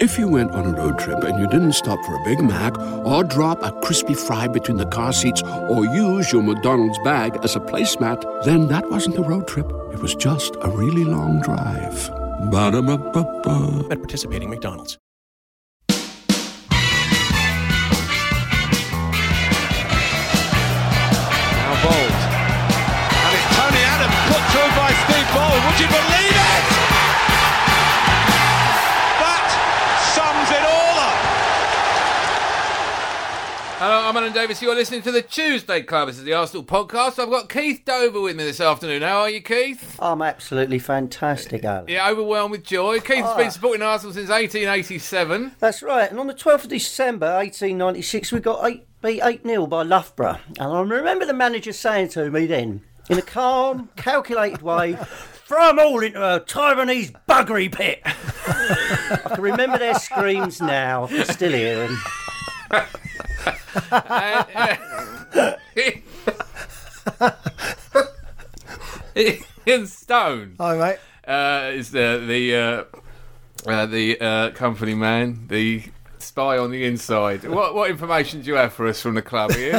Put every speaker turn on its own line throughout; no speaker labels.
If you went on a road trip and you didn't stop for a Big Mac or drop a crispy fry between the car seats or use your McDonald's bag as a placemat, then that wasn't a road trip. It was just a really long drive. Ba-da-ba-ba-ba.
at participating McDonald's.
Now Bold. And it's Tony Adams put through by Steve Bold. Would you believe it? That sums it all up.
Hello, I'm Alan Davis. You're listening to the Tuesday Club. This is the Arsenal podcast. I've got Keith Dover with me this afternoon. How are you, Keith?
I'm absolutely fantastic, Alan.
Yeah, overwhelmed with joy. Keith's
Ah.
been supporting Arsenal since 1887.
That's right. And on the 12th of December 1896, we got eight, beat 8 0 by Loughborough. And I remember the manager saying to me then, in a calm, calculated way, throw 'em all into a Taiwanese buggery pit. I can remember their screams now. I can still hear 'em.
Ian Stone
Hi, mate.
uh, is the the uh, uh, the uh, company man, the spy on the inside. What what information do you have for us from the club, Ian?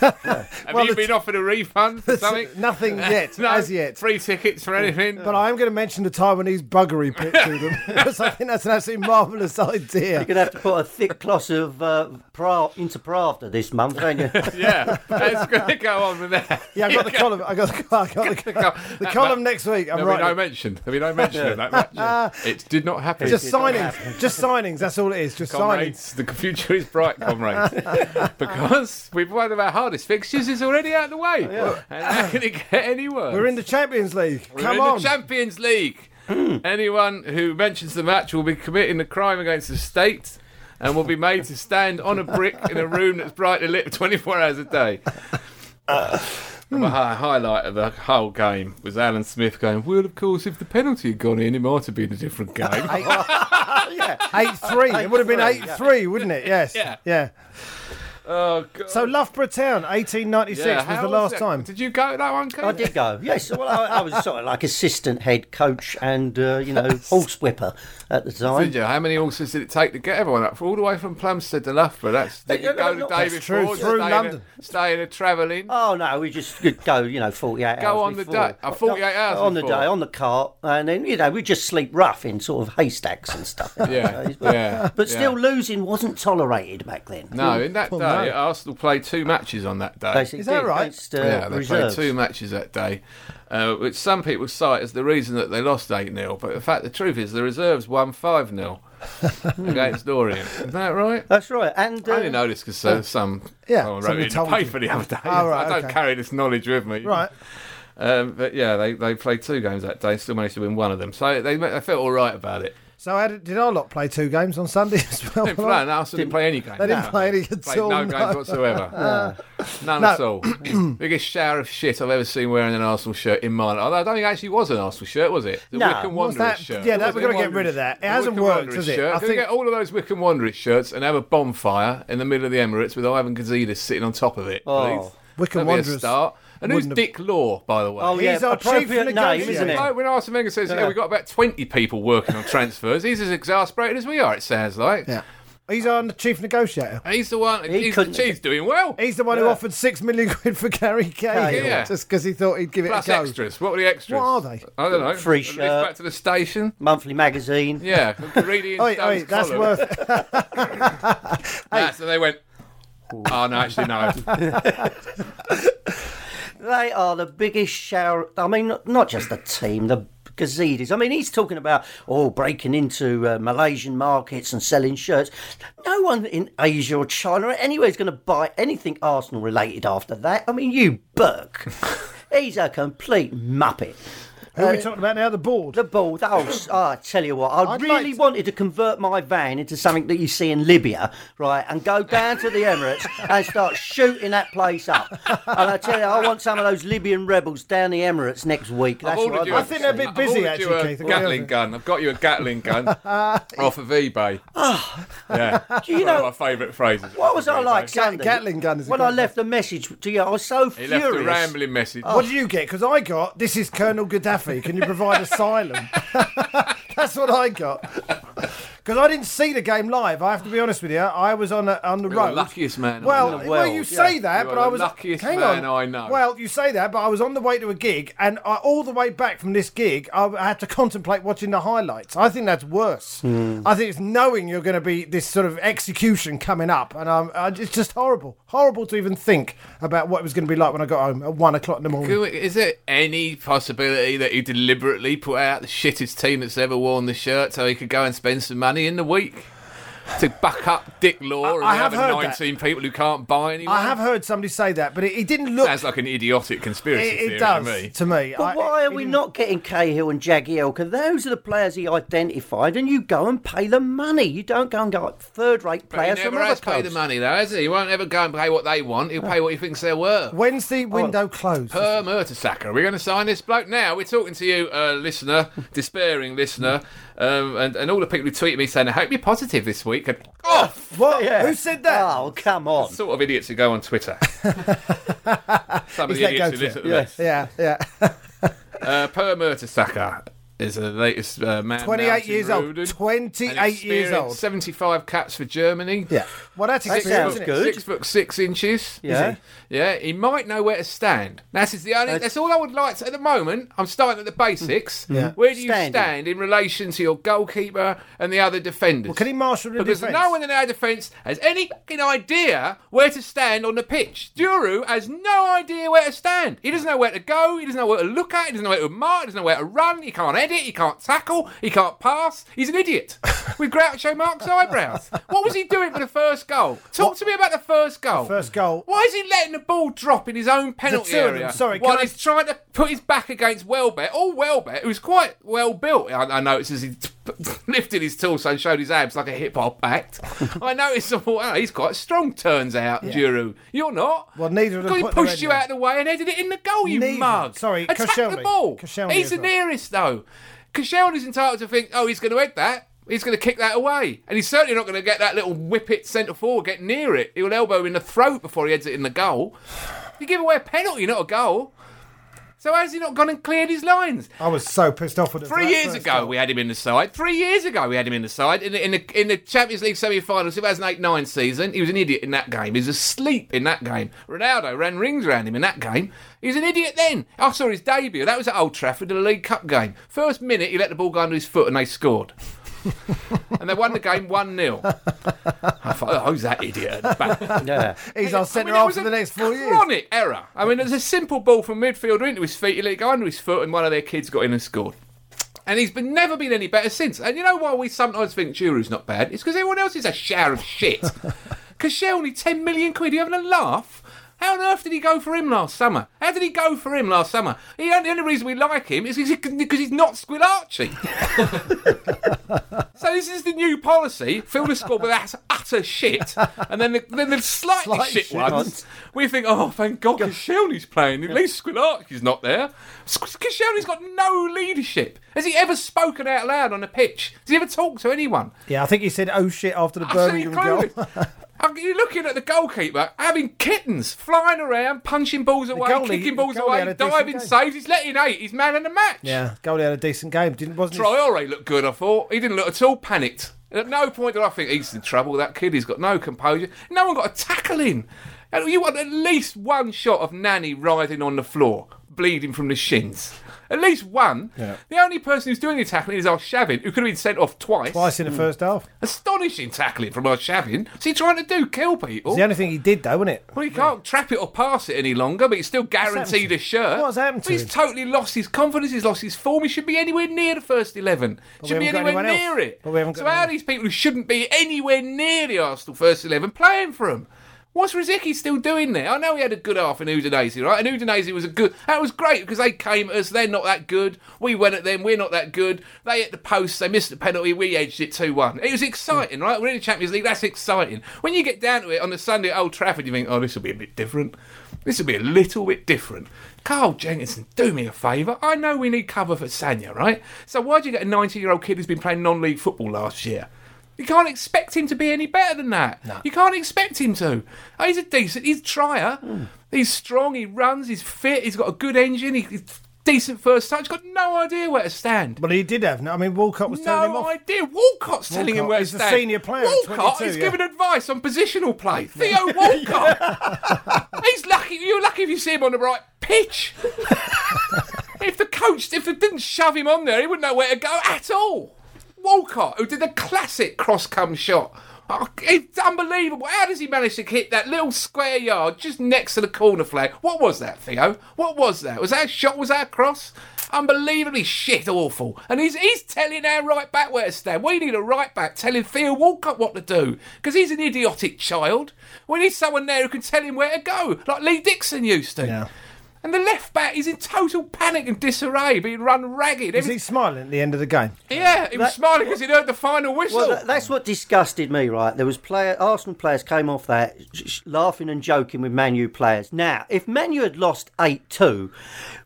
have
Well,
you
the-
been offered a refund for something?
Nothing yet,
No,
as yet.
free tickets for anything.
But I am going to mention the Taiwanese buggery pit to them because I think that's an absolutely marvellous idea.
You're going to have to put a thick cloth of uh, pra- into Pravda this month, aren't you?
yeah, that's going to go on with that.
Yeah, I got the column. I got the, I got the, the column next week. I'm
There'll be no
right.
mention. There'll be no mention of that match. It did not happen.
Just signings. Just signings. That's all it is. Just signings.
comrades, the future is bright, comrades, because we've one of our hardest fixtures is already out of the way, and how can it get any worse?
Oh, We're in the Champions League.
We're
Come
in
on. Hmm.
the Champions League. Anyone who mentions the match will be committing a crime against the state. And will be made to stand on a brick in a room that's brightly lit 24 hours a day. The hi- highlight of the whole game was Alan Smith going, Well, of course, if the penalty had gone in, it might have been a different game.
Eight three. It would have been eight three, wouldn't it? Yes.
Yeah.
Yeah.
oh, God.
So Loughborough Town, 1896
Yeah,
was
how
the last
that?
time.
Did you go to that one, Keith?
I did go. Yes, well, I, I was sort of like assistant head coach and uh, you know horse whipper at the time.
Did you? How many horses did it take to get everyone up? All the way from Plumstead to Loughborough. That's did you
Yeah,
go
no,
the
no,
day
that's
before.
true.
just
Through
stay in a-
London.
Stay in a travelling.
Oh no, we just could go, you know, forty eight hours.
Go on the
before.
day- uh, 48 hours
on the
before.
day on the cart, and then you know we just sleep rough in sort of haystacks and stuff. in those
Yeah,
days, but,
yeah,
But
yeah.
still, losing wasn't tolerated back then.
No, in that
Well,
day,
no.
Arsenal played two matches on that day.
Basically,
Is that right?
Against, uh,
yeah, they
reserves.
played two matches that day, uh, which some people cite as the reason that they lost 8 0. But in fact, the truth is the reserves won 5 0 against Orient. Isn't that right?
That's right, and
I
uh,
only noticed because uh, some
yeah,
someone wrote
somebody
it in the
told
paper the other day.
Oh, right,
I don't
okay.
carry this knowledge with me.
Right.
Um, but yeah, they, they played two games that day and still managed to win one of them. So they, they felt all right about it.
So how did, did our lot play two games on Sunday as well?
They didn't play, no, Arsenal didn't play any games.
They didn't
No.
play any at
Played
all,
No,
no.
games whatsoever. None at all. Biggest shower of shit I've ever seen wearing an Arsenal shirt in mine. Although I don't think it actually was an Arsenal shirt, was it? The
No.
Wickham
What's
Wanderers
that?
shirt.
Yeah, that-
Was
we're
it
gonna get
Wanderers?
rid of that. It
The
hasn't
Wickham
worked,
Wanderers
has it?
Shirt.
I
I
think-
get all of those Wickham Wanderers shirts and have a bonfire in the middle of the Emirates with Ivan Gazidis sitting on top of it.
Oh.
please. That'd
Wickham
be a
Wanderers
start. And who's
wouldn't have-
Dick Law, by the way?
oh yeah,
He's our chief
appropriate name,
negotiator.
isn't it?
Like, when Arsene Wenger says, "Yeah, we've got about twenty people working on transfers," he's as exasperated as we are. It sounds like.
Yeah. He's our chief negotiator.
And he's the one.
He
he's,
couldn't-
he's doing well.
He's the one who offered six million quid for Gary Cahill
Yeah.
just because he thought he'd give
Plus
it a go.
extras. What were the extras?
What are they?
I don't know.
Free
At least
shirt.
Back to the station.
Monthly magazine.
Yeah. Reading
Oi, oi, that's worth.
So they went. Oh no, actually no.
They are the biggest shower. I mean, not- not just the team, the Gazidis. I mean, he's talking about oh, breaking into uh, Malaysian markets and selling shirts. No one in Asia or China or anywhere is going to buy anything Arsenal related after that. I mean, you Burke, he's a complete muppet.
Who are we talking about now? The board.
The ball. That whole, s- oh, I tell you what, I
I'd
really
like to-
wanted to convert my van into something that you see in Libya, right, and go down to the Emirates and start shooting that place up. And I tell you, I want some of those Libyan rebels down the Emirates next week. That's
ordered
what I'd
you
like
a-
to
I think they're a
see.
bit busy
I've ordered you
actually,
a
Keith.
Gatling gun. I've got you a Gatling gun off of eBay.
Ah.
yeah.
Do you
One of
know-
my favourite phrases.
What was I
Off of
like
eBay.
Ga-
Sunday?
Gatling gun is a
When
great
I left the message to you, I was so
He
furious.
left a rambling message.
What did you get? Because I got this is Colonel Gaddafi. Can you provide asylum? That's what I got. Because I didn't see the game live. I have to be honest with you. I was on a, on the
You're
road.
the luckiest man I
Well,
know.
well, you
world,
say
yeah.
that,
You
but
are
I
the
was
luckiest
hang
man
on.
I know.
Well, you say that, but I was on the way to a gig, and I, all the way back from this gig, I, I had to contemplate watching the highlights. I think that's worse. I think it's knowing you're going to be this sort of execution coming up, and I'm, I, it's just horrible, horrible to even think about what it was going to be like when I got home at one o'clock in the morning.
Who- Is there any possibility that he deliberately put out the shittest team that's ever worn the shirt so he could go and spend some money in the week to back up Dick Law and
I
the
have
other
heard that.
19 people who can't buy anyone?
I have heard somebody say that, but it, it didn't look.
Sounds like an idiotic conspiracy
it,
theory
it does
to me.
I-
But why
it-
are
it
we
didn't-
not getting Cahill and Jagielka? Those are the players he identified, and you go and pay them money. You don't go and get third-rate
But he
players from
never
other
has paid
clubs.
the money, though, has he? He won't ever go and pay what they want. He'll pay what he thinks they're worth.
When's the window closed?
Per Mertesacker, we're going to sign this bloke now. We're talking to you, uh, listener, despairing listener, um, and, and all the people who tweeted me saying, I hope you're positive this week. And, oh,
What?
Yeah.
Who said that?
Oh, come on.
sort of idiots who go on Twitter. Some of
He's
the
let
idiots
go
who
to
listen
it.
to this.
Yeah, yeah.
Uh, per Mertesacker is the latest uh, man. now
28
to
years
Ruden.
old.
An
28 years
experienced
old.
75 caps for Germany.
Yeah. Well, that's
That sounds
experience. isn't it?
good.
Six foot six inches.
Yeah.
Yeah, he might know where to stand. That's is the only. That's all I would like. To, at the moment, I'm starting at the basics.
Mm. Yeah.
Where do you
Standing.
stand in relation to your goalkeeper and the other defenders?
Well, can he marshal the
because
defence?
no one in our defence has any fucking idea where to stand on the pitch. Duru has no idea where to stand. He doesn't know where to go. He doesn't know where to look at. He doesn't know where to mark. He doesn't know where to run. He can't edit. He can't tackle. He can't pass. He's an idiot with Groucho Marx eyebrows. What was he doing for the first goal? Talk to me about the first goal.
First goal.
Why is he letting the ball drop in his own penalty
two of them,
area?
sorry, can
while
I-
he's trying to put his back against Welbeck. All Welbeck, who's quite well built, I, I noticed as he t- p- lifted his torso and showed his abs like a hip hop act. I noticed, I thought, oh, he's quite strong. Turns out, Giroud, you're not.
Well, neither of them
Because
put
He
their
pushed you
head
out of the way and headed it in the goal. You
Neither.
mug.
Sorry,
attack the
Koscielny.
ball.
Koscielny
he's
as
the
well.
nearest though. Koscielny's entitled to think, oh, he's going to head that. He's going to kick that away, and he's certainly not going to get that little whippet centre forward get near it. He'll elbow in the throat before he heads it in the goal. You give away a penalty, not a goal. So how's he not gone and cleared his lines?
I was so pissed off with him. for
Three
that
years
first
ago,
goal.
we had him in the side. Three years ago, we had him in the side in the in the, in the Champions League semi-final 2008-9 season. He was an idiot in that game. He was asleep in that game. Ronaldo ran rings around him in that game. He was an idiot then. I saw his debut. That was at Old Trafford in the League Cup game. First minute, he let the ball go under his foot, and they scored. and they won the game one 0 I thought, oh, who's that idiot at the back?
Yeah.
He's our centre
I mean, it
half
was
for
a
the next four years.
Chronic error. I mean, it was a simple ball from midfielder into his feet. He let it go under his foot, and one of their kids got in and scored. And he's been, never been any better since. And you know why we sometimes think Juru's not bad? It's because everyone else is a shower of shit. Because only 10 million quid. Are you having a laugh? How on earth did he go for him last summer? How did he go for him last summer? He, the only reason we like him is because he's not Squillarchi. So this is the new policy. Fill the squad with that's utter shit, and then the, then the slightly
Slight
shit,
shit
ones,
ones.
we think, oh, thank God, Koscielny's playing. At least Squilarchi's not there. Sk- Koscielny's got no leadership. Has he ever spoken out loud on a pitch? Has he ever talked to anyone?
Yeah, I think he said, "Oh shit!" after the
Absolutely
Birmingham goal.
clueless. I'm- You're looking at the goalkeeper having kittens flying around, punching balls away,
goalie-
kicking balls
the goalie had
away,
a decent
diving
game.
saves. He's letting eight. He's man in the match.
yeah, goalie had a decent game, didn't wasn't he?
Traore looked good, I thought. He didn't look at all panicked. And At no point did I think he's in trouble. That kid, he's got no composure. No one got a tackle in. And You want at least one shot of Nanny writhing on the floor, bleeding from the shins. At least one. The only person who's doing the tackling is our Shavin, who could have been sent off twice.
Twice in the first half.
Astonishing tackling from our Shavin. What's he trying to do? Kill people?
It's the only thing he did, though, wasn't it?
Well, he can't trap it or pass it any longer, but he's still guaranteed a
happened to-
shirt.
what's happened to
He's
him?
totally lost his confidence. He's lost his form. He should be anywhere near the first eleven. should
we
be
haven't got
anywhere
anyone
near
else.
it.
But we haven't
so
got
how are
anyone-
these people who shouldn't be anywhere near the Arsenal first eleven playing for him? What's Rizicki still doing there? I know he had a good half in Udinese, right? And Udinese was a good. That was great because they came at us. They're not that good. We went at them. We're not that good. They hit the post. They missed the penalty. We edged it two one. It was exciting, right? We're in the Champions League. That's exciting. When you get down to it on the Sunday at Old Trafford, you think, oh, this will be a bit different. This will be a little bit different. Carl Jenkinson, do me a favour. I know we need cover for Sanya, right? So why'd you get a 19-year-old kid who's been playing non-league football last year? You can't expect him to be any better than that. You can't expect him to. Oh, he's a decent. He's a trier. He's strong. He runs. He's fit. He's got a good engine. He, he's decent first touch. He's got no idea where to stand.
But he did have. no- I mean, Walcott was telling him
no
off.
idea. Walcott's telling him
Walcott
where to
is the
stand.
senior player at
Walcott
22,
is
yeah.
giving advice on positional play. Theo Walcott. He's lucky. You're lucky if you see him on the right pitch. if the coach, if it didn't shove him on there, he wouldn't know where to go at all. Walcott, who did a classic cross come shot. Oh, it's unbelievable. How does he manage to hit that little square yard just next to the corner flag? What was that, Theo? What was that? Was that a shot? Was that a cross? Unbelievably shit awful. And he's he's telling our right back where to stand. We need a right back telling Theo Walcott what to do because he's an idiotic child. We need someone there who can tell him where to go, like Lee Dixon used to.
Yeah.
And the left back is in total panic and disarray, being run ragged.
Is he smiling at the end of the game?
Yeah, he was smiling because he'd heard the final whistle.
Well, tha- that's what disgusted me, right? There was player Arsenal players came off that sh- sh- laughing and joking with Manu players. Now, if Manu had lost eight two,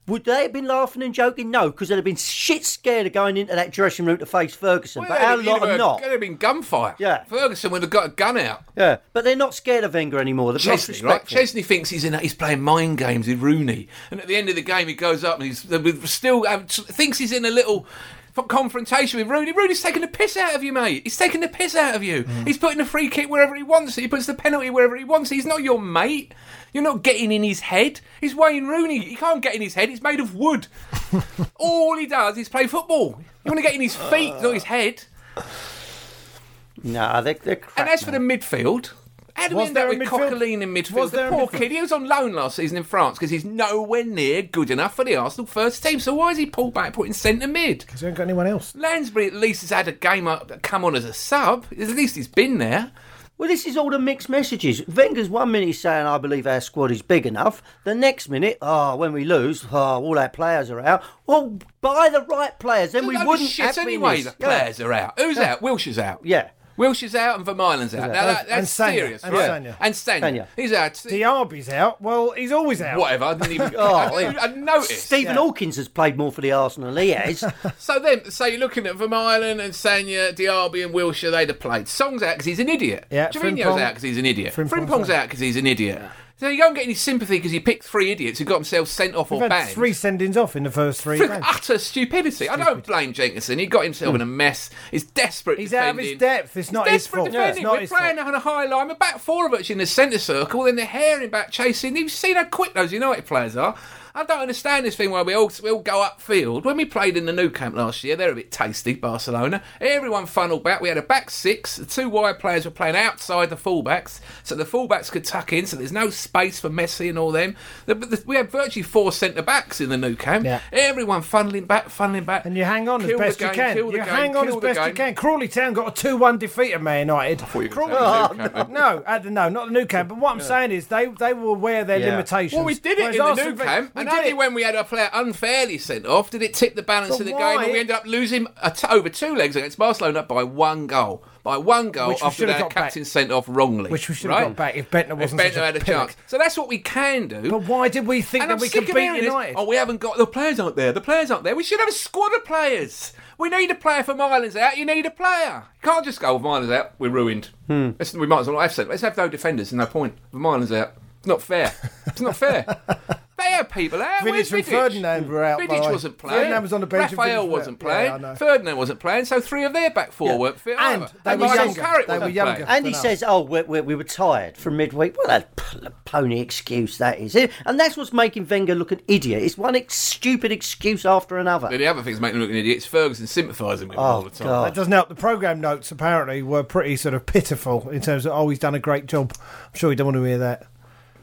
would they have been laughing and joking? No, because they'd have been shit scared of going into that dressing room to face Ferguson.
Well,
but
they'd
our
have-
lot
you'd
are
have-
not.
There'd have been gunfire.
Yeah.
Ferguson would have got a gun out.
Yeah, but they're not scared of Wenger anymore. They're
Chesney, right?
disrespectful.
Chesney thinks he's in. He's playing mind games with Rooney, and at the end of the game, he goes up and he's they're still having- thinks he's in a little f- confrontation with Rooney. Rooney's taking the piss out of you, mate. He's taking the piss out of you. He's putting the free kick wherever he wants it. He puts the penalty wherever he wants it. He's not your mate. You're not getting in his head. He's Wayne Rooney. He can't get in his head. He's made of wood. All he does is play football. You want to get in his feet, not his head.
No, they're, they're crap.
And as for the midfield, how do we
Was
end up
there a
with
midfield?
Coquelin in midfield?
Was there
the
a
poor
midfield?
kid, he was on loan last season in France because he's nowhere near good enough for the Arsenal first team. So why is he pulled back, put in centre mid?
Because we haven't got anyone else.
Lansbury at least has had a game up, come on as a sub. At least he's been there.
Well, this is all the mixed messages. Wenger's one minute he's saying, I believe our squad is big enough. The next minute, oh, when we lose, oh, all our players are out. Well, buy the right players, then we
Load of
wouldn't
shit
have been
anyway.
this.
The players are out. Who's out? Wilshire's out.
Yeah.
Wilshire's out and Vermeulen's out. Now that,
And-
that's
and Sanya.
serious,
And
right?
Sanya.
And Sanya.
Sanya.
He's out.
Diaby's out. Well, he's always out. Oh.
Whatever. I didn't even. I, didn't- I noticed.
Stephen Hawkins has played more for the Arsenal than he has.
So then, so you're looking at Vermaelen and Sanya, Diaby and Wilshire, they'd have played. Song's out because he's an idiot.
Yeah,
Jorginho's
Frimpong-
out because he's an idiot.
Frimpong's
Frimpong's out because he's an idiot. So you don't get any sympathy because you picked three idiots who got themselves sent off
We've
or
had
banned.
three sendings off in the first three
For
games.
utter stupidity. I don't blame Jenkinson. He got himself in a mess. He's desperate.
He's out
defending.
of his depth. It's not his
desperate
fault.
defending.
It's not
We're
his
playing
fault.
on a high line. About four of us in the centre circle, then they're herring back chasing. You've seen how quick those United players are. I don't understand this thing where we all, we all go upfield. When we played in the new camp last year, they're a bit tasty, Barcelona. Everyone funneled back. We had a back six. The two wide players were playing outside the fullbacks, so the fullbacks could tuck in, so there's no space for Messi and all them. The- the- we had virtually four centre backs in the new camp.
Yeah.
Everyone funneling back, funneling back.
And you hang on as
Kill the
best
game,
you can.
kill
You
the game,
hang on as
kill the
best you
game.
can. Crawley Town got a 2-1 defeat at Man United. Crawley No, at the, no, not the new camp. But what I'm saying is they they were aware of their limitations.
Well, we did it
Whereas
in the
Arsenal
new
ve-
camp,
we
and
did
only
it.
when we had our player unfairly sent off did it tip the balance
But
of the game,
why-
and we ended up losing a t- over two legs against Barcelona by one goal, by one goal
Which we
after
should have
their
got back.
captain sent off wrongly,
Which we should have
right?
got back if Bentner
If
wasn't
Bentner
such a
had a
pillock.
chance, so that's what we can do.
But why did we think
and
that
I'm
we
sick
could
of hearing
beat
this,
United?
Oh, we haven't got the players aren't there. The players aren't there. We should have a squad of players. We need a player for Mylan's out. You need a player. You can't just go. "Oh, Mylan's out. We're ruined.
Hmm.
Let's, we might as well have said. Let's have no defenders. No point. Mylan's out. It's not fair. It's not fair. they have people out.
Vidic
Where's
and
Vidic?
Ferdinand were out, by the
Vidic
way.
wasn't playing.
Ferdinand was on the bench and Vidic
Raphael
was
wasn't
out. Yeah,
playing.
I know.
Ferdinand wasn't playing. So three of their back four weren't fit.
And
either.
they were
Michael
younger.
Carrick
They
wasn't
were younger.
playing.
Fair
And he
enough.
says, "Oh, we, we, we were tired from midweek." Well, that p- pony excuse that is it, and that's what's making Wenger look an idiot. It's one ex- stupid excuse after another.
But the other thing's making them look an idiot. It's Ferguson sympathising with them
Oh,
all the time.
That doesn't help. The programme notes apparently were pretty sort of pitiful in terms of, oh, he's done a great job. I'm sure you don't want to hear that.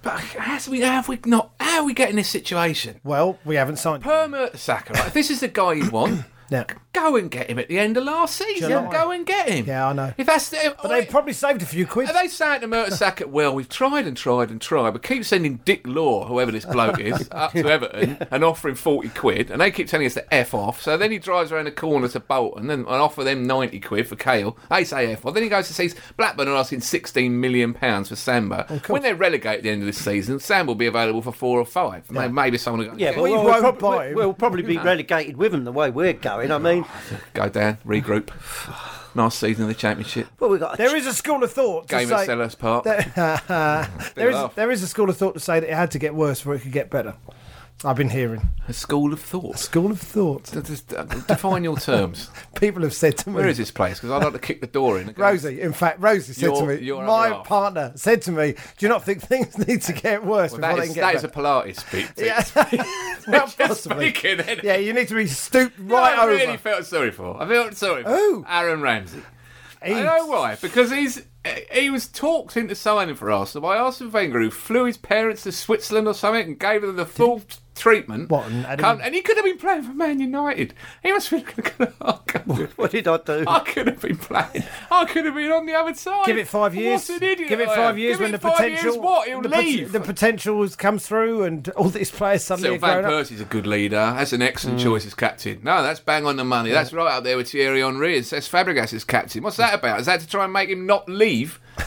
But how have we, how have we not? How are we getting this situation?
Well, we haven't signed.
Per Mertesacker, right? if this is the guy you want,
now.
Go and get him at the end of last season.
July.
Go and get him.
Yeah, I know.
If that's the,
But they probably saved a few quid.
are they saying to Mertesacker, well, we've tried and tried and tried, but keep sending Dick Law, whoever this bloke is, up to Everton and offering 40 quid, and they keep telling us to F off. So then he drives around the corner to Bolton and, and offer them 90 quid for Kale. They say F off. Then he goes to sees Blackburn are asking 16 million pounds for Samba.
Oh,
when they're relegated at the end of this season, Sam will be available for four or five. May- Maybe someone will go,
Yeah,
"Okay,
but we'll,
won't
prob-
buy him.
we'll probably be relegated with them the way we're going. I mean,
go down, regroup. Nice season in the Championship.
well, we got a
There is a school of thought to
Game
say
at Sellers Park.
there is
laugh.
there is a school of thought to say that it had to get worse before it could get better. I've been hearing
A school of thought.
school of thought.
Just, uh, Define your terms.
People have said to me.
Where is this place? Because I'd like to kick the door in. and go,
Rosie, in fact, Rosie said
Your-
to me,
your
my
other half.
partner said to me, "Do you not think things need to get worse
Well,
before
that
they
is,
can get
that
better?"
is a Pilates speak.
Yeah, well, possibly.
Speaking, isn't it?
Yeah, you need to be stooped
You know
right
what I
over.
really felt sorry for. I felt sorry for
Who?
Aaron Ramsey.
He's-
I know why. Because he's he was talked into signing for Arsenal by Arsene Wenger, who flew his parents to Switzerland or something and gave them the full treatment.
What, and had him-
Come- and he could have been playing for Man United. He must have been. I could-
What did I do?
I could have been playing. I could have been on the other side.
Give it five years.
What an idiot
Give it
I
five
am.
years
Give
when
it
the
five
potential
Years, what? He'll
the, pot-
leave.
the potential has come through, and all these players suddenly
Still,
have
Van
grown up. Mm.
Persie's a good leader. That's an excellent choice as captain. No, that's bang on the money. That's right up there with Thierry Henry. It's, that's Fabregas as captain. What's that about? Is that to try and make him not leave?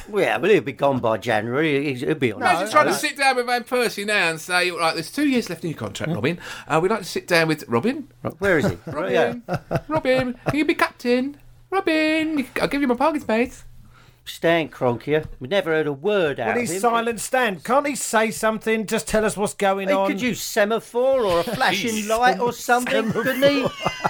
Well, yeah, but he'll be gone by January. He's- He'll be on.
Imagine trying to sit down with Van Persie now and say, right, there's two years left in your contract, Robin. Uh, we'd like to sit down with Robin.
Where is he? yeah.
Robin, Robin, can you be captain? Robin, you can- I'll give you my parking space.
Stan Kroenke. We never heard a word out
Well,
of
he's
him.
silent stand. Can't he say something? Just tell us what's going
He
on.
could use semaphore or a flashing light or something, couldn't he?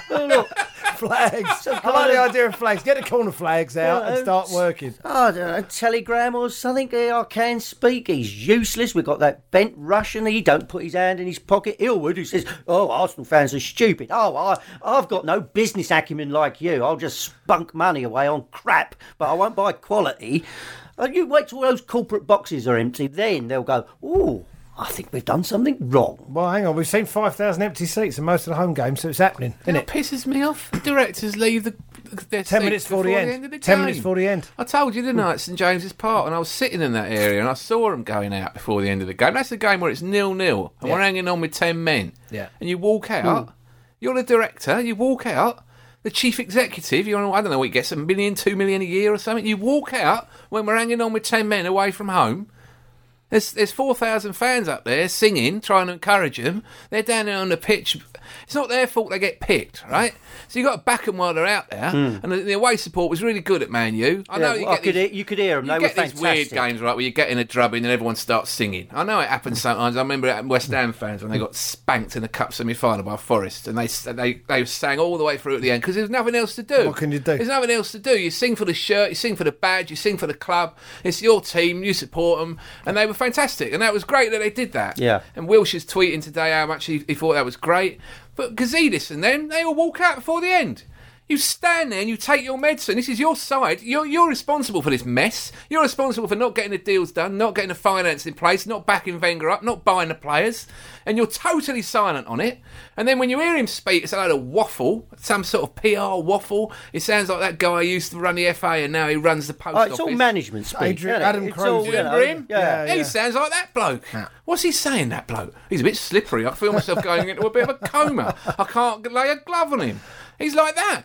Oh, look,
flags.
Some
I like
kind
the
of-
idea of flags. Get the corner flags out and
Yeah,
start
it's-
working.
I don't know, Oh, telegram or something. Yeah, I can speak. He's useless. We've got that bent Russian. He don't put his hand in his pocket. Illwood, who says, "Oh, Arsenal fans are stupid. Oh, I, I've got no business acumen like you. I'll just spunk money away on crap, but I won't buy quality." And you wait till those corporate boxes are empty, then they'll go, "Ooh, I think we've done something wrong."
Well, hang on. We've seen 5,000 empty seats in most of the home games, so it's happening, isn't
That
it?
pisses me off. Directors leave the. Their
10
seats
minutes before the end.
of the
10
game.
minutes before the end.
I told you, didn't I, at St James's Park, and I was sitting in that area and I saw them going out before the end of the game. That's the game where it's nil nil and we're hanging on with 10 men.
Yeah. Hmm.
And you walk out, you're the director, you walk out, the chief executive, you're on, I don't know what he gets, a million, two million a year or something. You walk out when we're hanging on with 10 men away from home. There's, there's 4,000 fans up there singing, trying to encourage them. They're down there on the pitch. It's not their fault they get picked, right? So you've got to back them while they're out there. And the, the away support was really good at Man U. I know
Hmm. Yeah,
you
I
get
could
these-
hear, you could hear them.
you
they
get
were
these weird
fantastic.
games, right, where you get in a drubbing and everyone starts singing. I know it happens sometimes. I remember it at West Ham fans when they got spanked in the cup semi-final by Forest, and they they they sang all the way through at the end because there's nothing else to do.
What can you do?
There's nothing else to do. You sing for the shirt, you sing for the badge, you sing for the club. It's your team, you support them, and they were fantastic. And that was great that they did that.
Yeah.
And Wilshire's tweeting today how much he, he thought that was great. But Gazidis and them, they all walk out before the end. You stand there and you take your medicine. This is your side. You're, you're responsible for this mess. You're responsible for not getting the deals done, not getting the finance in place, not backing Wenger up, not buying the players. And you're totally silent on it. And then when you hear him speak, it's a load of waffle, some sort of PR waffle. It sounds like that guy who used to run the FA and now he runs the post
Oh,
office.
it's all management speak.
Adrian-
isn't it?
Adam
It's
Crow's
all,
doing
you
Ian
know,
Brim?
Yeah.
He sounds like that bloke. What's he saying, that bloke? He's a bit slippery. I feel myself going into a bit of a coma. I can't lay a glove on him. He's like that.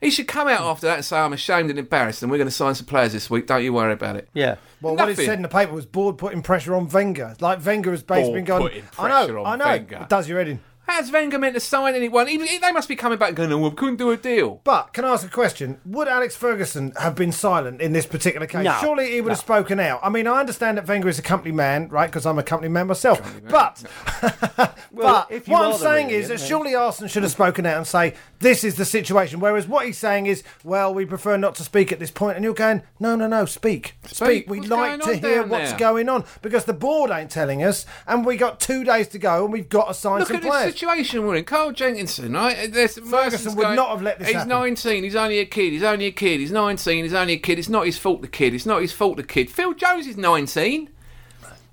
He should come out after that and say, I'm ashamed and embarrassed, and we're going to sign some players this week. Don't you worry about it.
Yeah.
Well, what it
Nothing.
said in the paper was board putting pressure on Wenger. Like Wenger has basically been
Board
going.
putting
I
pressure
know,
on
I know.
Wenger.
It does your head in.
How's Wenger meant to sign anyone? He, he- they must be coming back and going, oh, we couldn't do a deal.
But can I ask a question? Would Alex Ferguson have been silent in this particular case?
No.
Surely he would have spoken out. I mean, I understand that Wenger is a company man, right? Because I'm a company man myself. But,
Well,
but
if you
what I'm
are the
saying
really,
is that
isn't it?
surely Arsenal should have spoken out and say this is the situation. Whereas what he's saying is, well, we prefer not to speak at this point. And you're going, no, no, no, speak, speak. We'd
What's
like
going
to
on
hear
down
what's
there?
going on because the board ain't telling us, and we got two days to go, and we've got to sign
Look
some
at the
players.
situation we're in. Carl Jenkinson, right? There's Ferguson's
would
going,
not have let this
He's
happen."
19. He's only a kid. He's only a kid. He's 19. He's only a kid. It's not his fault. The kid. It's not his fault. The kid. Phil Jones is 19.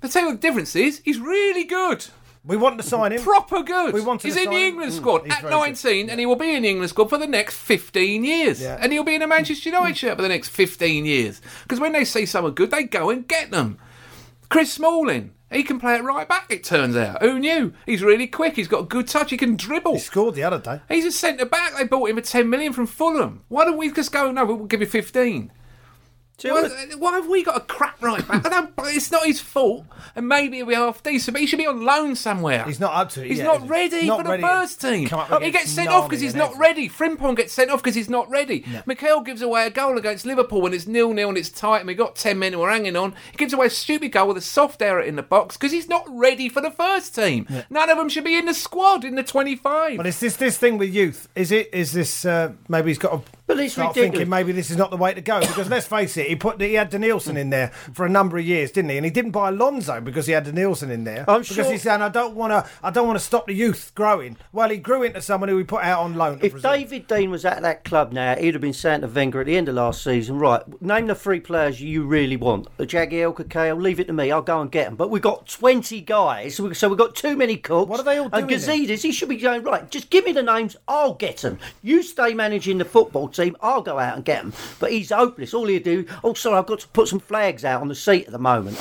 But tell you what the difference is. He's really good.
We want to sign him.
Proper good.
We wanted
He's
to
in the
sign-
England
Mm,
squad
he's
at
very good.
19, and he will be in the England squad for the next 15 years.
Yeah.
And he'll be in a Manchester United shirt for the next 15 years. Because when they see someone good, they go and get them. Chris Smalling, he can play it right back, it turns out. Who knew? He's really quick, he's got a good touch, he can dribble.
He scored the other day.
He's a centre back. They bought him for 10 million from Fulham. Why don't we just go, no, we'll give you 15?
Do you
Why,
wanna-
why have we got a crap right back? I don't, it's not his fault. And maybe he'll be half decent, but he should be on loan somewhere.
He's not up to it
He's
yet, is
not
he?
ready
Not
for the
ready to
first team.
come up
he
against
gets sent off
Nani
because he's
and
not
Everton.
ready. Frimpong gets sent off because he's not ready. Mikel gives away a goal against Liverpool when it's nil nil and it's tight and we got ten men who are hanging on. He gives away a stupid goal with a soft error in the box because he's not ready for the first team. None of them should be in the squad in the twenty-five.
Well, it's this this thing with youth. Is it? Is this? Uh, maybe he's got. A,
But it's
start
ridiculous.
thinking maybe this is not the way to go because let's face it, he put he had Danielson in there for a number of years, didn't he? And he didn't buy Alonso because he had Danielson in there.
I'm
because
sure-
he's saying I don't want to. I don't want to stop the youth growing. Well, he grew into someone who we put out on loan. to
If
Brazil.
David Dean was at that club now, he'd have been saying to Wenger at the end of last season, right, name the three players you really want. Jagiel, Kakao, leave it to me, I'll go and get them. But we've got 20 guys, so we- so we've got too many cooks.
What are they all
And
doing then?
Gazidis, he should be going, right, just give me the names, I'll get them. You stay managing the football team, I'll go out and get them. But he's hopeless. All he'll do, oh, sorry, I've got to put some flags out on the seat at the moment.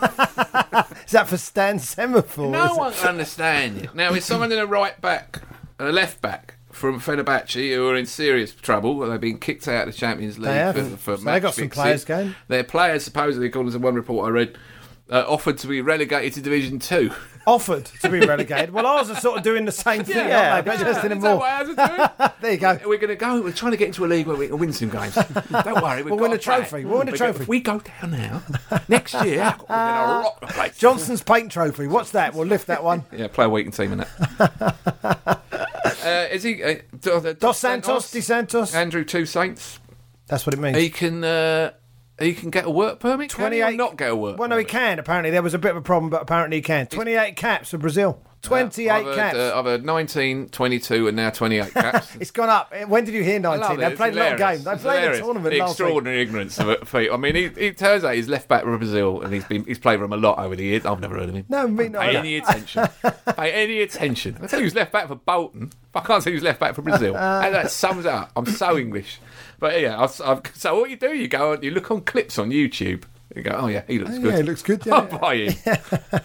is that for Stan Semaphore?
No
Is it-
one can understand it. Now, is someone in a right back and a left back from Fenerbahce who are in serious trouble? Well, they've been kicked out of the Champions League
have.
for, for
So they
match
got some
fixing.
players going.
Their players, supposedly, according to one report I read, uh, offered to be relegated to Division Two.
offered to be relegated. well, ours are sort of doing the same thing,
Yeah.
aren't they? But just in a
Is that
more.
what ours is doing?
There you go.
We're going to go. We're trying to get into a league where we can win some games. Don't worry, we've
We'll win
got
a trophy. We'll win a
We're gonna-
trophy.
If we go down now, next year we're going to rock the place.
Johnson's paint trophy. What's that? We'll lift that one.
Yeah, play a waiting team in that. uh, is he uh, Do- Do-
Dos Santos, De Santos.
Andrew Two Saints?
That's what it means.
He can uh, he can get a work permit. Can he or not get a work?
Well, no, he
permit?
can. Apparently, there was a bit of a problem, but apparently he can. Twenty-eight caps for Brazil. Twenty-eight
Uh, I've had,
caps.
uh, I've had 19, 22, and now 28 caps.
it's gone up. Uh, When did you hear
I love
nineteen?
it.
They
It's
played a lot of
hilarious.
games. They
It's
played a
hilarious.
tournament
The
last week.
extraordinary ignorance of it- feet. I mean, he, he turns out he's left back for Brazil, and he's been he's played for him a lot over the years. I've never heard of him.
No, me
Pay
neither.
any attention. Pay any attention. I tell you who's left back for Bolton. I can't say who's left back for Brazil.
Uh,
And that sums it up. I'm so English. But yeah, I've, I've, so what you do, you go, on- you look on clips on YouTube. You go, oh yeah, he looks
Oh,
good.
yeah, he looks good,
I'll
yeah.
buy him.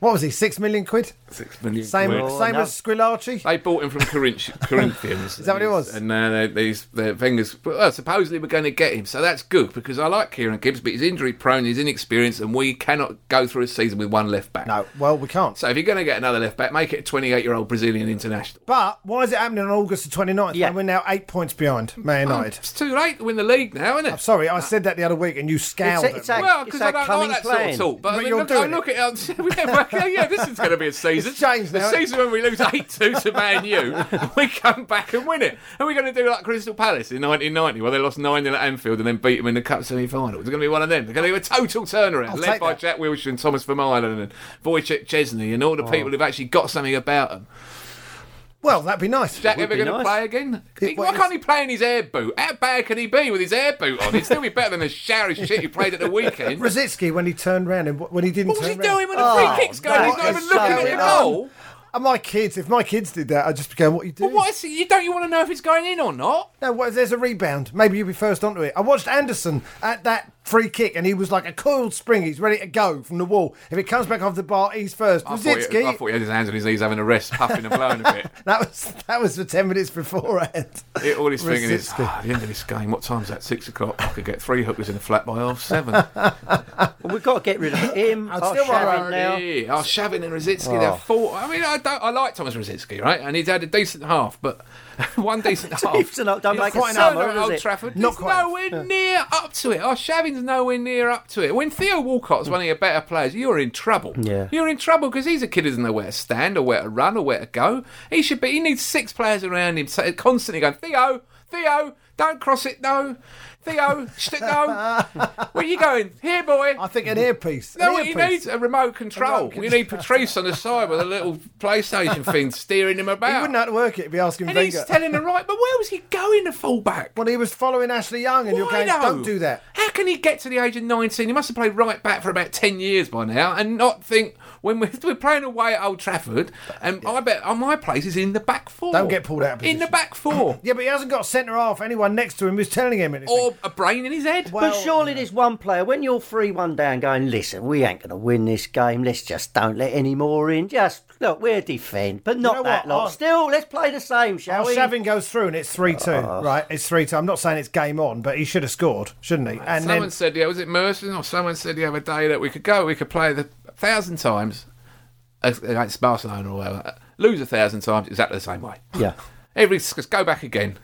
What was he? Six million quid.
Six million.
Same,
quid.
Oh,
same
no.
as Squillaci.
They bought him from Corinth- Corinthians.
Is that what it was?
And now they, these their fingers. Well, supposedly we're going to get him, so that's good because I like Kieran Gibbs, but he's injury prone, he's inexperienced, and we cannot go through a season with one left back.
No, well, we can't.
So if you're going to get another left back, make it a 28 year old Brazilian international.
But why is it happening on August the 29th?
Yeah.
And we're now eight points behind Man United.
It's too late to win the league now, isn't it?
I'm sorry, I said that the other week and you scowled
it's
at
a-
me.
Well,
It's
because I
our
don't like
coming
that sort of
plan.
talk. But,
But
I mean,
you're
look,
doing
I look at it. I'm, yeah, well, yeah, yeah, this is going to be a season.
It's changed now,
The
isn't it?
season when we lose 8 2 to Man U, we come back and win it. And we're going to do like Crystal Palace in 1990, where they lost 9 0 at Anfield and then beat them in the Cup semi final. It's going to be one of them. They're going to do a total turnaround,
I'll
led
take
by
that.
Jack Wilshere and Thomas Vermaelen and Wojciech Chesney and
Oh.
all the people who've actually got something about them.
Well, that'd be nice.
Jack ever
be
going to
nice.
play again?
It-
He-
well,
Why
it's-
can't he play in his air boot? How bad can he be with his air boot on? He'd still be better than the showery shit he played at the weekend.
Rositsky, when he turned round and when he didn't
What was he
turn
doing
round-
when the
Oh,
free kick's going? He's
that
not
is
even looking at
going
the
on.
goal.
And my kids, if my kids did that, I'd just be going, "What are you doing?"
But what is You don't you want to know if it's going in or not?
No, what, if there's a rebound. Maybe you'll be first onto it. I watched Anderson at that free kick, and he was like a coiled spring. He's ready to go from the wall. If it comes back off the bar, he's first.
I thought, he, I
Rositsky.
thought he had his hands on his knees having a rest, puffing and blowing a bit.
That was that was for ten minutes beforehand.
It- all he's thinking is,
Rositsky.
"Ah, at the end of this game, what time's that? Six o'clock. I could get three hookers in a flat by half seven.
Well, we've got to get rid of him. Oh,
I'd
I'll
still
shove
rather
him now.
Yeah, oh, Shavin and Rositsky,
Oh.
they're four. I mean, I, don't, I like Thomas Rositsky, right? And he's had a decent half, but one decent half.
Decent half, don't
He's
make a
quite an
summer,
hour at
does
Old
it?
Trafford.
Not
he's
quite.
nowhere near up to it. Oh, Shavin's nowhere near up to it. When Theo Walcott's one of your better players, you're in trouble.
Yeah.
You're in trouble because he's a kid who doesn't know where to stand or where to run or where to go. He should be. He needs six players around him so- constantly going, Theo, Theo, don't cross it, no. Theo, st- no. Where you going? Here, boy.
I think an earpiece.
No,
an
he
earpiece.
needs a remote control.
remote
We need Patrice on the side with a little PlayStation thing steering him about.
He wouldn't know how to work it if you asked him.
and
Wenger.
he's telling the right, but where was he going, the fullback?
well, he was following Ashley Young, and you're
Why
going,
though?
"Don't do that."
How can he get to the age of 19? He must have played right back for about 10 years by now and not think when we're, we're playing away at Old Trafford, and I bet oh, my place is in the back four.
Don't get pulled out of
In the
position.
back four.
Yeah, but he hasn't got a centre half. Anyone next to him who's telling him anything.
or a brain in his head.
Well,
but surely there's one player when you're three-one down, going, "Listen, we ain't going to win this game. Let's just don't let any more in. Just look, we're defend, but not
know
that
what?
lot.
I'll-
Still, let's play the same, shall
Well,
we?"
Shavin goes through and it's 3 2.
Uh,
Right, it's 3 2. I'm not saying it's game on, but he should have scored, shouldn't he? And
someone
then,
said, yeah, was it Merson or someone said the other day that we could go, we could play the a thousand times against Barcelona or whatever, lose a thousand times exactly the same way.
yeah.
Every just go back again,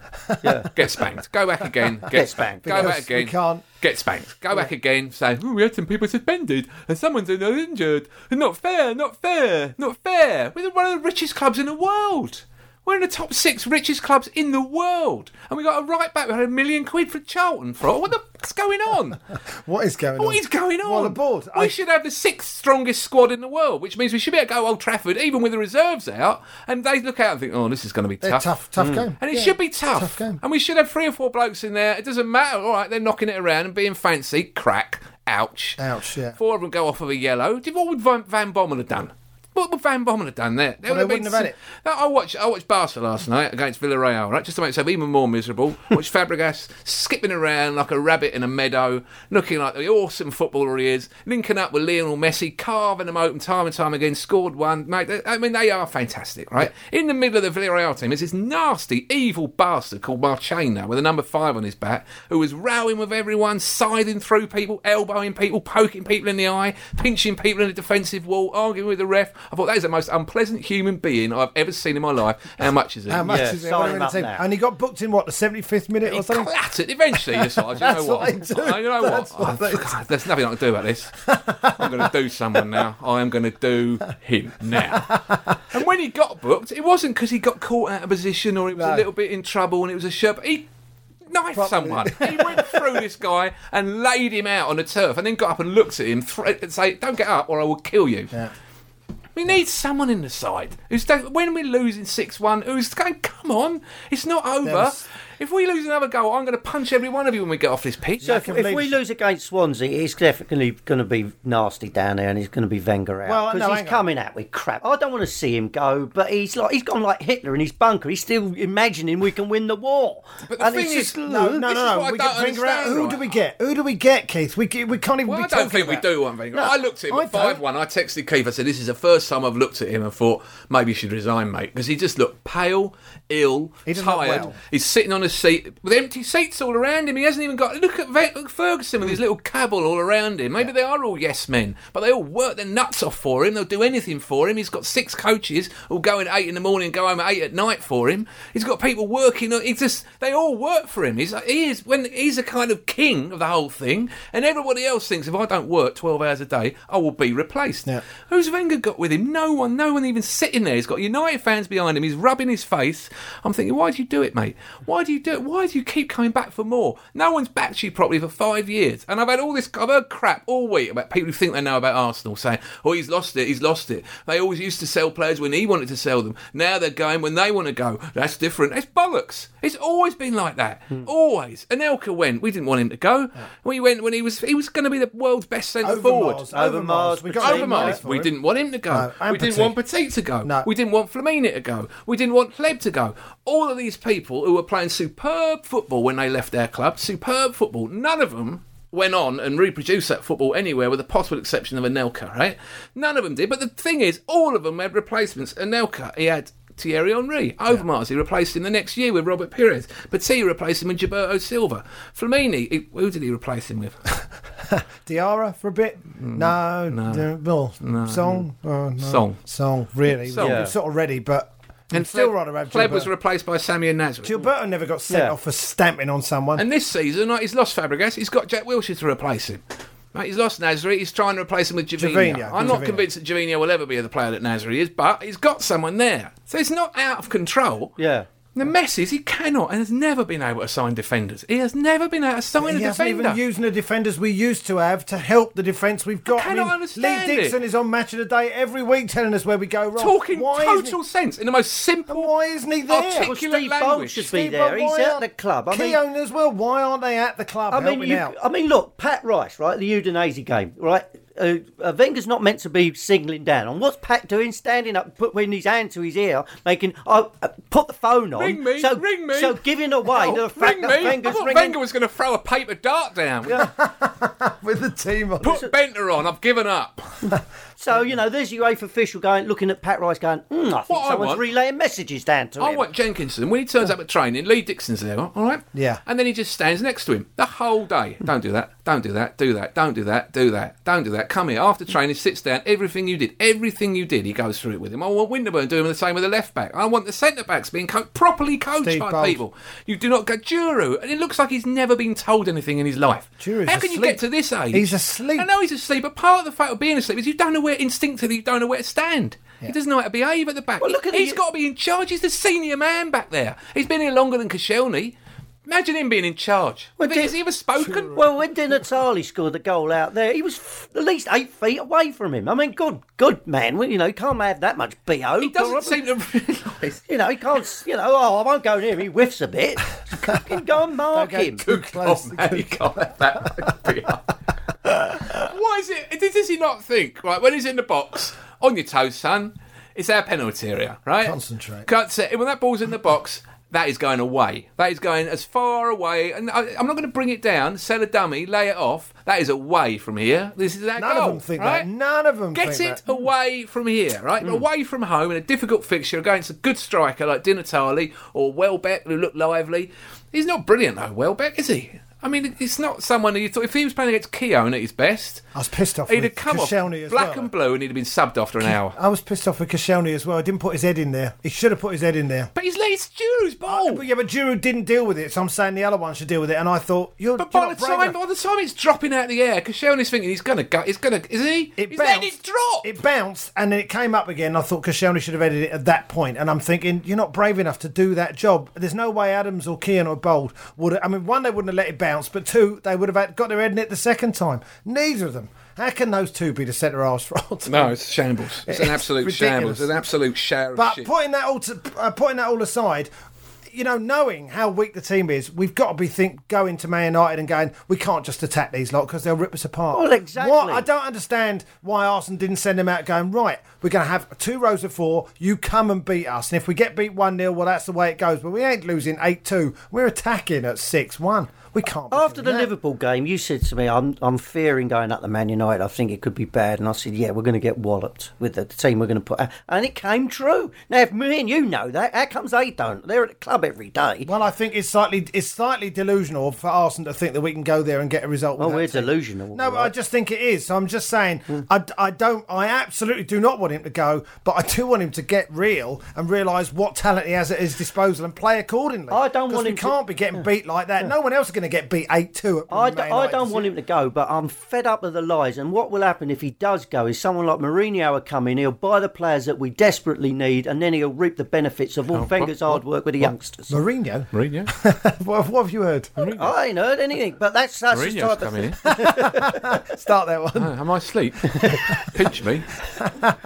get spanked. Go back again, get,
Get
spanked.
spanked.
Go back
Because we
again,
can't-
get spanked. Go back again, saying, "Ooh, we had some people suspended and someone's another injured. Not fair, not fair, not fair." We're one of the richest clubs in the world. We're in the top six richest clubs in the world, and we got a right back. We had a million quid for Charlton. For what the fuck's going on?
what is going on?
What is going on?
Well, aboard.
We
I-
should have the sixth strongest squad in the world, which means we should be able to go Old Trafford even with the reserves out, and they look out and think, "Oh, this is going to be
They're
tough."
tough, tough game.
And it
Yeah.
should be tough.
Tough game.
And we should have three or four blokes in there. It doesn't matter. All right, they're knocking it around and being fancy. Crack. Ouch.
Ouch, yeah.
Four of them go off of a yellow. Did- What would Van, Van Bommel have done? What would Van Bommel have done there? There
Well,
would
they
been
wouldn't have had
some- No, I watched I watched Barca last night against Villarreal, right? Just to make myself even more miserable. Watched Fabregas skipping around like a rabbit in a meadow, looking like the awesome footballer he is, linking up with Lionel Messi, carving them open time and time again, scored one. Mate, they- I mean, they are fantastic, right? In the middle of the Villarreal team is this nasty, evil bastard called Marchena with a number five on his back, who was rowing with everyone, siding through people, elbowing people, poking people in the eye, pinching people in the defensive wall, arguing with the ref. I thought that is the most unpleasant human being I've ever seen in my life. How much is it?
How much
Yeah,
is it?
sign
Whatever
him
the
up
team-
now.
And he got booked in, what, the 75th minute
He
or something?
clattered. Eventually, you decided, you know
That's
what?
what they do.
I- you know
That's
what?
what
I-
they do.
God, there's nothing I can do about this. I'm going to do someone now. I am going to do him now. And when he got booked, it wasn't because he got caught out of position or he was a
No.
little bit in trouble and it was a shirt. He knifed someone. He went through this guy and laid him out on the turf and then got up and looked at him thre- and say, "Don't get up or I will kill you." We need someone in the side who's when we're losing six one. Who's going? Come on, it's not over.
There's-
If we lose another goal, I'm going to punch every one of you when we get off this pitch.
So if,
can
if
believe
we
it.
lose against Swansea, it's definitely going to be nasty down there, and it's going to be Wenger out
Well,
because
no, hang
he's
on.
coming out with crap. I don't want to see him go, but he's like he's gone like Hitler in his bunker. He's still imagining we can win the war.
But the
And
thing
it's
is,
just-
No, no,
This is
no,
what I
no.
don't
We get Wenger out.
understand,
Who
right?
do we get? Who do we get, Keith? We, we can't even
Well,
be
I don't
talking
think we
about-
do one thing. I looked at him
I
at five
don't.
one. I texted Keith. I said, "This is the first time I've looked at him and thought maybe you should resign, mate," because he just looked pale, ill,
He doesn't look
tired.
well.
He's sitting on a seat with empty seats all around him. He hasn't even got. Look at Ve- look at Ferguson with his little cabal all around him. Maybe they are all yes men, but they all work their nuts off for him. They'll do anything for him. He's got six coaches who'll go in at eight in the morning, and go home at eight at night for him. He's got people working. He just they all work for him. He's he is when he's a kind of king of the whole thing, and everybody else thinks if I don't work twelve hours a day, I will be replaced.
Yeah.
Who's Wenger got with him? No one, no one even sitting there. He's got United fans behind him. He's rubbing his face. I'm thinking, why do you do it, mate? Why do you do it? Why do you keep coming back for more? No one's backed you properly for five years. And I've had all this, I've heard crap all week about people who think they know about Arsenal saying, oh, he's lost it, he's lost it. They always used to sell players when he wanted to sell them. Now they're going when they want to go. That's different. It's bollocks. It's always been like that. Always. Anelka went. We didn't want him to go. We went when he was, he was going to be the world's best centre
Over
forward.
Mars, over Mars. We got
Over
eight
Mars.
minutes for
We
him.
didn't want him to go.
No, and
we didn't
Petit.
want Petit to go.
No.
We didn't want Flamini to go. We didn't want Pleb to go. All of these people who were playing superb football when they left their club, superb football, none of them went on and reproduced that football anywhere with the possible exception of Anelka, right? None of them did. But the thing is, all of them had replacements. Anelka, he had Thierry Henry. Overmars, he replaced him the next year with Robert Pires. Petit replaced him with Gilberto Silva. Flamini, he- who did he replace him with?
Diarra for a bit?
Mm.
No, no, no. Song? Oh, no.
Song.
Song, really.
Song.
We're Sort of ready, but and still
Pleb-
rather have
Pleb was
Gilberto.
replaced by Sammy Nasri.
Gilberto never got sent
Yeah.
off for stamping on someone.
And this season, like, he's lost Fabregas. He's got Jack Wilshere to replace him. Right, he's lost Nasri. He's trying to replace him with Javinho.
Javinho,
I'm not
Javinho.
convinced that Javinho will ever be the player that Nasri is, but he's got someone there. So it's not out of control.
Yeah.
The mess is he cannot and has never been able to sign defenders. He has never been able to sign
He
a
hasn't
defender.
even using the defenders we used to have to help the defence we've got.
cannot understand
Lee Dixon
it.
is on Match of the Day every week telling us where we go wrong.
Talking
why isn't
total
he-
sense in the most simple.
and why isn't he there?
Articulate
Well,
Steve
language.
Bolt should be
Steve,
there.
why
He's at
aren't-
the club. I
key
mean,
owners, well, why aren't they at the club
I
helping
mean, you,
out?
I mean, look, Pat Rice, right? The Udinese game, right? Uh, uh, Wenger's not meant to be singling down. And what's Pat doing? Standing up, putting his hand to his ear, making, oh, uh, put the phone on.
Ring me,
so,
ring me.
So giving away
Oh,
the fact
ring
that
me. I
Wenger's
thought
ringing.
Wenger was going to throw a paper dart down.
With the team on.
Put Benter on. I've given up.
So you know, there's UEFA official going, looking at Pat Rice, going, mm, I think
What I
someone's
want-
relaying messages down to
I
him.
want Oh, Jenkinson. When he turns up at training, Lee Dixon's there, all right?
Yeah.
And then he just stands next to him the whole day. Don't do that. Don't do that. Do that. Don't do that. Do that. Don't do that. Come here. After training, sits down. Everything you did, everything you did, he goes through it with him. I want Winterburn doing the same with the left back. I want the centre backs being co- properly coached
Steve
by
Bolt.
people. You do not go, Juru. And it looks like he's never been told anything in his life.
Juru's
How can you
asleep.
get to this age?
He's asleep.
I know he's asleep, but part of the fact of being asleep is you don't know where instinctively you don't know where to stand. He doesn't know how to behave at the back.
Well, look at the-
He's got to be in charge. He's the senior man back there. He's been here longer than Koscielny. Imagine him being in charge.
Well,
Has
did-
he- has he ever spoken?
Well, when Di Natale scored the goal out there, he was f- at least eight feet away from him. I mean, good, good man. Well, you know, he can't have that much bo.
he doesn't seem to realise.
You know, he can't. s- You know, oh, I won't go near him. He whiffs a bit. Fucking go and mark him.
Too close.
Oh, man, he can't have that. much PR. Why is it? Does, does he not think right when he's in the box on your toes, son? It's our penalty area, right?
Concentrate.
Cuts it. When that ball's in the box, that is going away. That is going as far away, and I, I'm not going to bring it down. Sell a dummy, lay it off. That is away from here. This is our
None
goal,
of them think
right?
that. None of them
Get
think
it
that. Hmm.
away from here, right? Away from home in a difficult fixture against a good striker like Di Natale or Welbeck, who look lively. He's not brilliant though, Welbeck, is he? I mean, it's not someone who you thought if he was playing against Keown at his best,
I was pissed off
he'd
with
have come off
Koscielny as
black
well.
and blue, and he'd have been subbed after an hour.
I was pissed off with Koscielny as well. I didn't put his head in there. He should have put his head in there.
But he's late Stu's ball.
But yeah, but Giroud didn't deal with it, so I'm saying the other one should deal with it. And I thought, you're,
But
you're
by
not
the
brave
time,
enough.
by the time it's dropping out of the air, Koscielny's thinking he's gonna go. He's gonna, is he?
It
he's
bounced.
letting it drop.
It bounced, and then it came up again. I thought Koscielny should have edited it at that point, and I'm thinking, you're not brave enough to do that job. There's no way Adams or Kean or Bold would. I mean, one, they wouldn't have let it bounce, but two, they would have had, got their head in it the second time. Neither of them. How can those two be the centre halves for all time?
no, it's shambles. It's, an
It's
absolute
ridiculous.
shambles. An absolute shower of
But
shit.
putting that all to, uh, putting that all aside, you know, knowing how weak the team is, we've got to be think going to Man United and going, we can't just attack these lot because they'll rip us apart.
Well, exactly.
What, I don't understand why Arsenal didn't send them out going right. We're going to have two rows of four. You come and beat us, and if we get beat one 0 well, that's the way it goes. But we ain't losing eight two. We're attacking at six one. We can't. be
After
doing
the
that.
Liverpool game, you said to me, I'm, I'm fearing going up the Man United. I think it could be bad. And I said, yeah, we're going to get walloped with the team we're going to put out. And it came true. Now, if me and you know that, how comes they don't? They're at the club every day.
Well, I think it's slightly it's slightly delusional for Arsenal to think that we can go there and get a result. with
Well,
that
Oh, we're
team.
delusional,
No, but I
right?
just think it is. So I'm just saying, I, I don't, I absolutely do not want him to go, but I do want him to get real and realise what talent he has at his disposal and play accordingly.
I don't
'Cause
want
we
him to-
can't be getting beat like that. No one else is going to get beat eight two.
I d- I don't want him to go, but I'm fed up with the lies. And what will happen if he does go is someone like Mourinho will come in, he'll buy the players that we desperately need, and then he'll reap the benefits of all Wenger's hard work with the youngsters.
Oh, Mourinho.
Mourinho,
what, what have you heard?
I ain't heard anything, but that's, that's the
Mourinho's
type of
coming in.
Start that one.
Oh, am I asleep? Pinch me.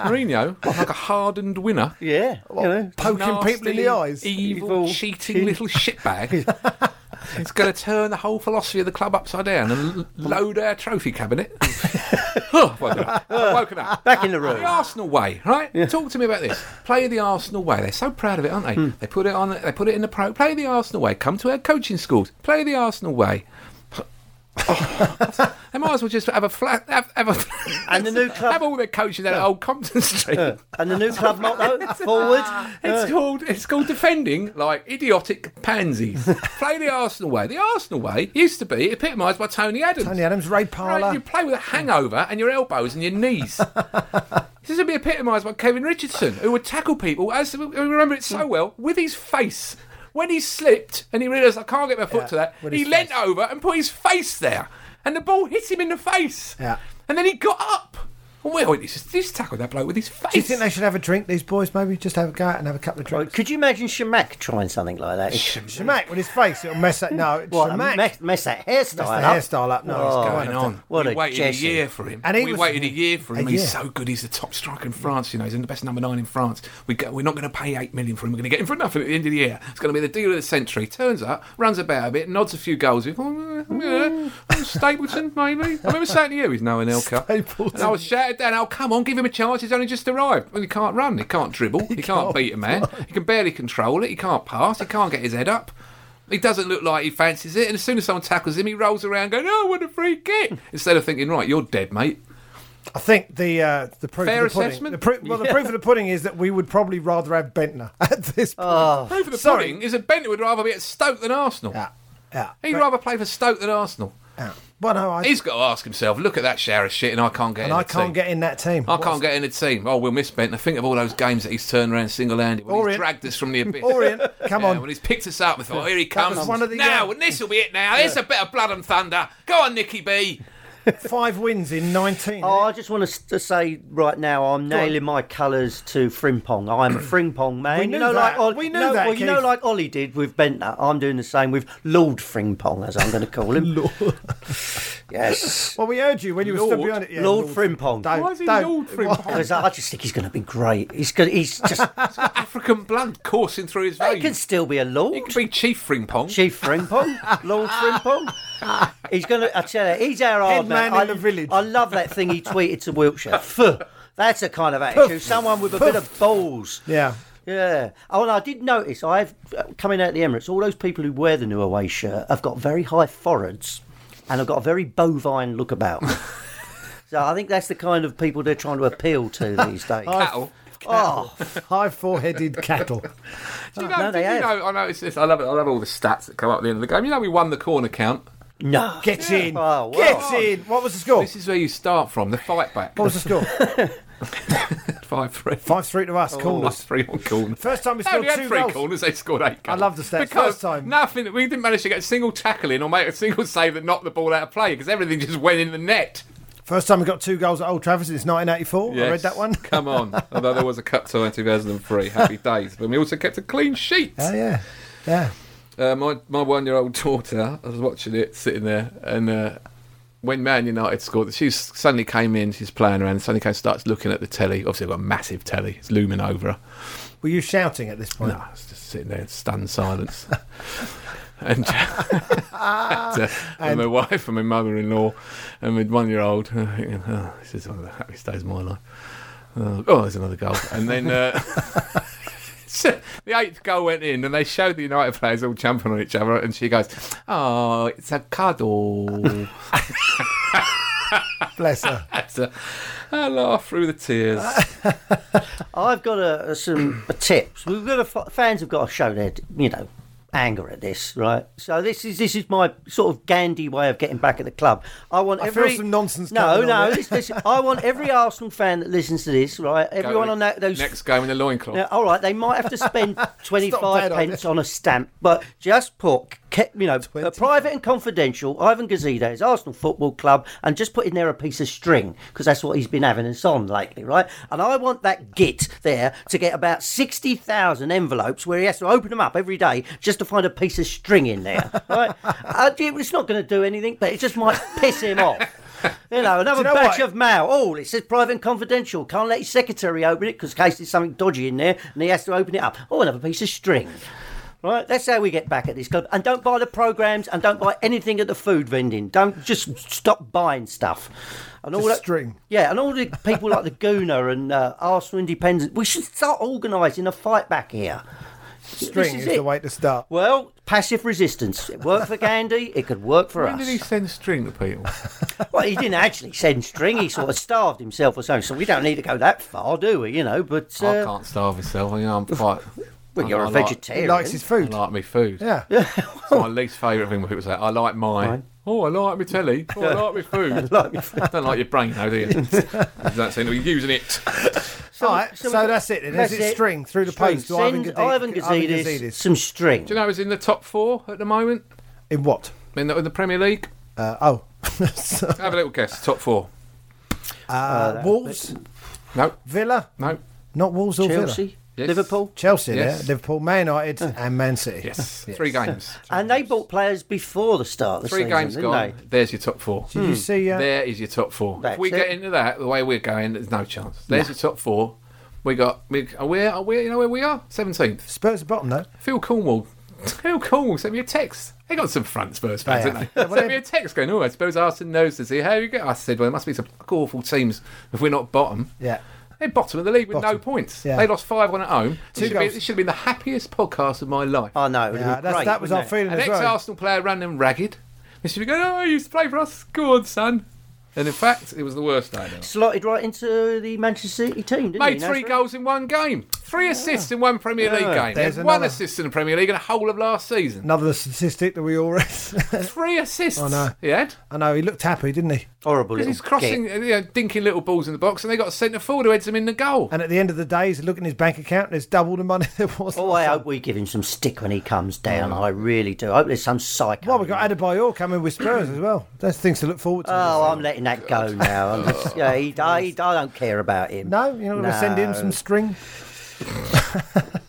Mourinho, like a hardened winner.
Yeah, you know.
Poking
Nasty,
people in the eyes.
Evil,
Evil
cheating
cheat.
little shitbag. it's going to turn the whole philosophy of the club upside down and l- load our trophy cabinet. I've woken up. I've woken up.
Back in the room.
The Arsenal way, right? Talk to me about this. Play the Arsenal way. They're so proud of it, aren't they?
Hmm.
They put it on. They put it in the pro. Play the Arsenal way. Come to our coaching schools. Play the Arsenal way. they might as well just have a flat. Have, have a
And the new club-
Have all their coaches out at Old Compton Street.
And the new club motto, forward.
It's called it's called defending like idiotic pansies. play the Arsenal way. The Arsenal way used to be epitomised by Tony Adams.
Tony Adams, Ray
Right,
Parler.
you play with a hangover and your elbows and your knees. this is to be epitomised by Kevin Richardson, who would tackle people. As we remember it
Hmm.
so well with his face. When he slipped and he realised I can't get my foot to that,
with
he
his
leant over and put his face there, and the ball hit him in the face.
Yeah.
And then he got up. And we're this this tackled that bloke with his face.
Do you think they should have a drink, these boys? Maybe just have a go out and have a couple of
Well,
drinks.
could you imagine Shemak trying something like that? It's-
Shamak with his face, it'll mess that. No,
what,
Shamak.
a mess, mess that
That's
hairstyle
the
up. Oh,
hairstyle up. No, it's going
going on?
What
we
a
waited
Jesse.
a year for him.
And he
we
was-
waited a year for him.
a year.
He's so good. He's the top striker in France. You know, he's the best number nine in France. We go, we're not going to pay eight million for him. We're going to get him for nothing at the end of the year. It's going to be the deal of the century. Turns up, runs about a bit, nods a few goals. with, Oh, yeah, oh, Stapleton, maybe. I remember saying to you, he's no NL Cup. And I was shouted down, oh, come on, give him a chance. He's only just arrived. Well, he can't run. He can't dribble. He, can't, beat a man. He can barely control it. He can't pass. He can't get his head up. He doesn't look like he fancies it, and as soon as someone tackles him, he rolls around going, "Oh, what a free kick!" Instead of thinking, "Right, you're dead, mate."
I think the uh, the proof
Fair
of the pudding.
assessment?
The proof, well, the proof of the pudding is that we would probably rather have Bentner at this point.
Oh.
Play for the
Sorry.
pudding is that Bennett would rather be at Stoke than Arsenal.
Yeah, yeah.
He'd
But-
rather play for Stoke than Arsenal.
yeah. Well, no, I,
He's got to ask himself, "Look at that shower of shit, and I can't get
and
in
I
the
can't
team.
get in that team.
I can't get in the team. Oh, we'll miss Bentner. Think of all those games that he's turned around single-handed. When he's
Orient.
dragged us from the abyss.
Orient, come
Yeah,
on.
When he's picked us up, we thought, oh, here he
was
comes.
one of the-
now,
yeah.
and this will be it now. Here's a bit of blood and thunder. Go on, Nicky B.
Five wins in 19.
Oh, I just want to s- to say right now, I'm nailing my colours to Frimpong. I'm a Frimpong man.
We
you
knew
know, like
that.
Ol-
We knew
no,
that,
Well, you know,
Keith.
like Ollie did with Bentner. I'm doing the same with Lord Frimpong, as I'm going to call him. yes,
Well, we heard you when you were stood
Lord-
behind it. Yeah,
Lord Frimpong.
Don't,
Why is he
don't.
Lord Frimpong?
Because I just think he's going to be great. He's going he's just.
African blood coursing through his
he
veins.
can still be a
He
lord.
could be Chief Frimpong.
Chief Frimpong, Lord Frimpong. He's gonna. I tell you, he's our hard
Head
man.
man
I,
in the village.
I love that thing he tweeted to Wiltshire. Fuh. That's a kind of attitude. Someone with a bit of balls.
Yeah.
Yeah. Oh, and I did notice I've uh, coming out of the Emirates. All those people who wear the new away shirt have got very high foreheads, and have got a very bovine look about. them. so I think that's the kind of people they're trying to appeal to these days.
Cattle.
oh,
High four headed cattle.
Do
Oh,
you know,
no,
did
they
you
have.
know- I know it's this, I love it. I love all the stats that come up at the end of the game. You know, we won the corner count.
no.
Get in.
Oh, wow.
Get in. What was the score?
This is where you start from the fight back.
What was the score?
Five three.
5 3 to
Oh,
us.
Plus
Corners.
three on corner.
First time we
They
scored
only had
two
three
goals.
corners. They scored eight. Goals.
love the stats.
Because
First time.
nothing. We didn't manage to get a single tackle in or make a single save that knocked the ball out of play because everything just went in the net.
First time we got two goals at Old Trafford since 1984. Oh, I read
Yes.
that one.
Come on. Although there was a cup tie in 2003. Happy days. But we also kept a clean sheet.
Oh, yeah. Yeah.
Uh, my my one year old daughter, I was watching it sitting there, and uh, when Man United scored, she suddenly came in, she's playing around, and suddenly kind of starts looking at the telly. Obviously, I've got a massive telly, it's looming over her.
Were you shouting at this point?
No, it's just sitting there in stunned silence. and and, uh, and my wife and my mother in law and my one year old, oh, this is one of the happiest days of my life. Uh, oh, there's another goal. And then. Uh, so the eighth goal went in, and they showed the United players all jumping on each other, and she goes, "Oh, it's a cuddle."
Bless her.
That's a, I laugh through the tears.
I've got a, a- some a tips. We've got a, fans have got to show their you know anger at this, right? So this is this is my sort of Gandhi way of getting back at the club. I want
I feel
every
some nonsense
No,
coming on
no.
here.
This, this, I want every Arsenal fan that listens to this, right? Everyone on that those.
next game in the loincloth.
Now, all right, they might have to spend
bad
twenty-five
idea.
pence on a stamp, but just put, ke- you know, uh, private and confidential. Ivan Gazidis, Arsenal Football Club, and just put in there a piece of string because that's what he's been having us on lately, right? And I want that git there to get about sixty thousand envelopes where he has to open them up every day just to find a piece of string in there, right? uh, it's not going to do anything, but it just might piss him off. You know, another
know
batch
what?
of mail. Oh, it says private and confidential. Can't let his secretary open it because in case there's something dodgy in there and he has to open it up. Oh, another piece of string. Right, that's how we get back at this club. And don't buy the programs and don't buy anything at the food vending. Don't just stop buying stuff. And all
Just
that
string.
Yeah, and all the people like the Gooner and uh, Arsenal Independent. We should start organising a fight back here.
String is,
it.
the way to start.
Well, passive resistance. It worked for Gandhi. It could work for
When
us.
did he send string to people?
Well, he didn't actually send string. He sort of starved himself or something. So we don't need to go that far, do we? You know, but uh,
I can't starve myself. You know, I'm quite.
well,
I-
you're
I
a
like-
He
vegetarian.
likes his
I
food.
like me food.
Yeah.
It's my least favourite thing when people say, I like mine.
Mine.
Oh, I like my telly. Oh, I like my food. Don't like your brain, though, do you? Don't seem to be oh, using it.
All right, so,
we got-
that's it then.
that's
Is it
it.
string through the
String.
post to Ivan
Send
Gazidis?
Ivan Gazidis some string.
Do you know he's in the top four at the moment
In what?
in the, in the Premier League?
Uh, oh. So-
Have a little guess. Top four.
Uh, Wolves,
No,
Villa,
no.
not Wolves or Villa.
Chelsea,
Yes.
Liverpool.
Chelsea,
Yes.
yeah, Liverpool, Man United, and Man City.
Yes. Three games.
And they bought players before the start of the
Three
season,
games
didn't
gone.
they?
There's your top four.
Did
Hmm.
you see? Uh,
There is your top four.
That's
if we get
it.
into that the way we're going, there's no chance. There's your top four. We got we are we are we you know where we are? Seventeenth.
Spurs are bottom though.
Phil Cornwall. Phil Cornwall sent me a text. They got some front Spurs fans,
They
didn't
have.
they?
Yeah, well,
sent me
they-
a text going, "Oh, I suppose Arsene knows to see how you get." I said, "Well, there must be some awful teams if we're not bottom."
Yeah.
They're bottom of the league with no
Bottom.
points.
Yeah.
They lost five one at home.
Two
This should, be,
goals.
this should have been the happiest podcast of my life.
Oh no, it would have
Yeah,
been
that's,
great,
that was our
wouldn't it?
feeling
An
as
ex
well.
Arsenal player ran them ragged. They should be going, "Oh, you used to play for us. Go on, son." And in fact, it was the worst day. ever.
Slotted right into the Manchester City team, didn't he?
Made
That's
three
right.
goals in one game, three assists in one Premier League game. He
there's
had one
another.
assist in the Premier League in the whole of last season.
Another statistic that we all read.
Three assists.
I know.
He had.
I know he looked happy, didn't he?
Horrible.
Because
little
he's crossing,
git.
you know, dinking little balls in the box, and they got a centre forward who heads them in the goal.
And at the end of the day, he's looking at his bank account and it's double the money there was.
Oh, I hope we give him some stick when he comes down. I really do. I hope there's some psycho.
Well, we got Adebayor coming with Spurs as well. There's things to look forward to.
Oh, I'm letting that go now. I'm just, yeah, he, I, he- I don't care about him.
no, you're not going to send in some string.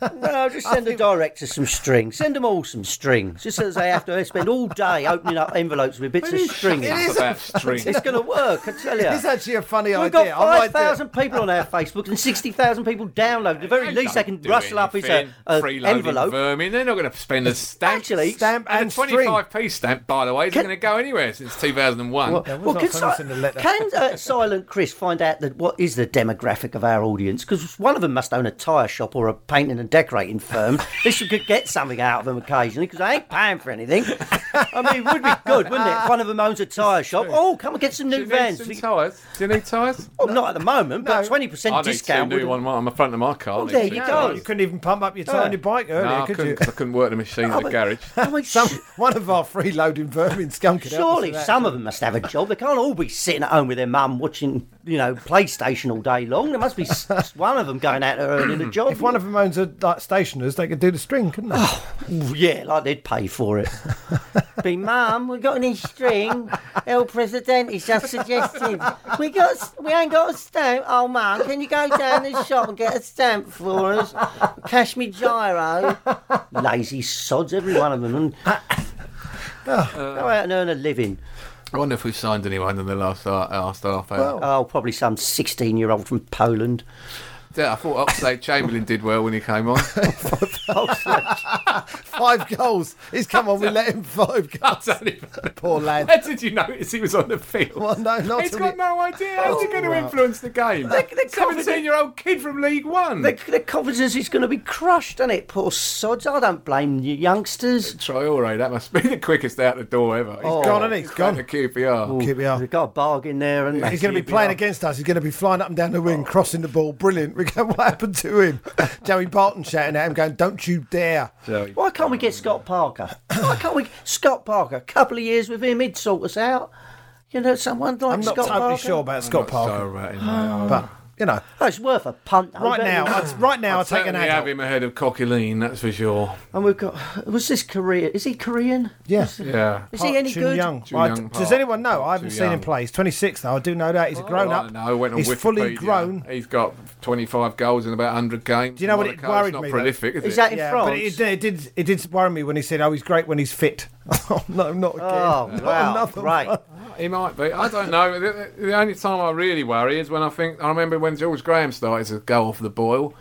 no, just send the director some string. Send them all some strings. Just so they have to spend all day opening up envelopes with bits of string. in
It
it.
is,
About string.
It's going to work, I tell you.
it is actually a funny
We've
idea.
got
I might do
5,000
it.
people on our Facebook and 60,000 people download. At the very
They
least, they
don't
can
do
rustle up his uh,
anything.
uh,
Freeloading
envelope.
Vermin. They're not going to spend a stamp.
Actually,
Stamp
and
and
a
string.
25p stamp, by the way, isn't
Can-
going to go anywhere since 2001.
There was
Well,
not
can,
promise
si-
in the letter.
can uh, Silent Chris find out that what is the demographic of our audience? Because one of them must own a tyre shop or a painting and decorating firm. this you could get something out of them occasionally because they ain't paying for anything. I mean, it would be good, wouldn't it? If one of them owns a tyre shop. Oh, come and get some
Do
new
you need
vans.
some tyres? Do you need tyres?
Well, not at the moment, but twenty
I
percent
need
discount.
two new
wouldn't-
one on the front of my car.
Oh,
I need
there
two
you
tyres.
go.
You couldn't even pump up your tyre on your bike earlier,
No, I
could
couldn't,
you?
'cause I couldn't work the machine
Oh,
at the
but-
garage.
I mean,
Some,
su-
one of our freeloading vermin skunking
surely some of them must have a job. They can't all be sitting at home with their mum watching, you know, PlayStation all day long. There must be s- one of them going out there earning a job.
If one of them owns a like, stationers, they could do the string, couldn't they?
Oh. Yeah, like they'd pay for it. Be mum, we got any string? El Presidente's just suggested. We got we ain't got a stamp. Oh mum, can you go down the shop and get a stamp for us? Cash me gyro. Lazy sods, every one of them. And
Oh.
Go out and earn a living.
I wonder if we've signed anyone in the last, uh, last half hour.
Oh, probably some sixteen-year-old from Poland.
Yeah, I thought Oxlade Chamberlain did well when he came on.
Five goals. He's come on, we let him five
I
goals.
don't even-
Poor lad.
How did you notice he was on the field?
Well, no, not
He's
till
got
he- Oh.
no idea. How's he going to influence the game?
they're confident-
Seventeen-year-old kid from League One.
Their, their confidence is going to be crushed, isn't it? Poor sods. I don't blame you, youngsters.
Traore, that must be the quickest out the door ever. He's
Oh.
gone, hasn't he? He's
gone
gone.
to QPR.
QPR.
They've got a bargain there, and
He's going to be playing against us. He's going to be flying up and down the wing, crossing the ball. Brilliant. We go, what happened to him? Joey Barton shouting at him, going, don't you dare.
Why can't we get Scott Parker? Why can't we Scott Parker? A couple of years with him, he'd sort us out. You know, someone like
I'm not
Scott
totally
Parker.
sure about Scott Parker, but, you know,
Oh, it's worth a punt. though,
right
don't
now,
you?
I'd, right now, I'll take an
Certainly have
adult.
him ahead of Coquelin, that's for sure.
and we've got. Was this Korean? Is he Korean?
Yes.
Yeah.
Is he any good?
Park Jin-young.
Jin-young
I d-
Park.
does anyone know? I haven't
Jin-young.
seen him play. He's 26 though. I do know that. He's a grown up.
No, Oh, I went on
He's
Wikipedia.
fully grown.
He's got 25 goals in about 100 games.
Do you know what
Monaco,
it worried
it's not
me, though?
prolific, is
Is
it?
that in
Yeah,
France?
but it, it did it did worry me when he said, "Oh, he's great when he's fit." oh no, not again.
Oh,
Not
wow.
another
Right.
one.
He might be. I don't know. The, the only time I really worry is when I think I remember when George Graham started to go off the boil,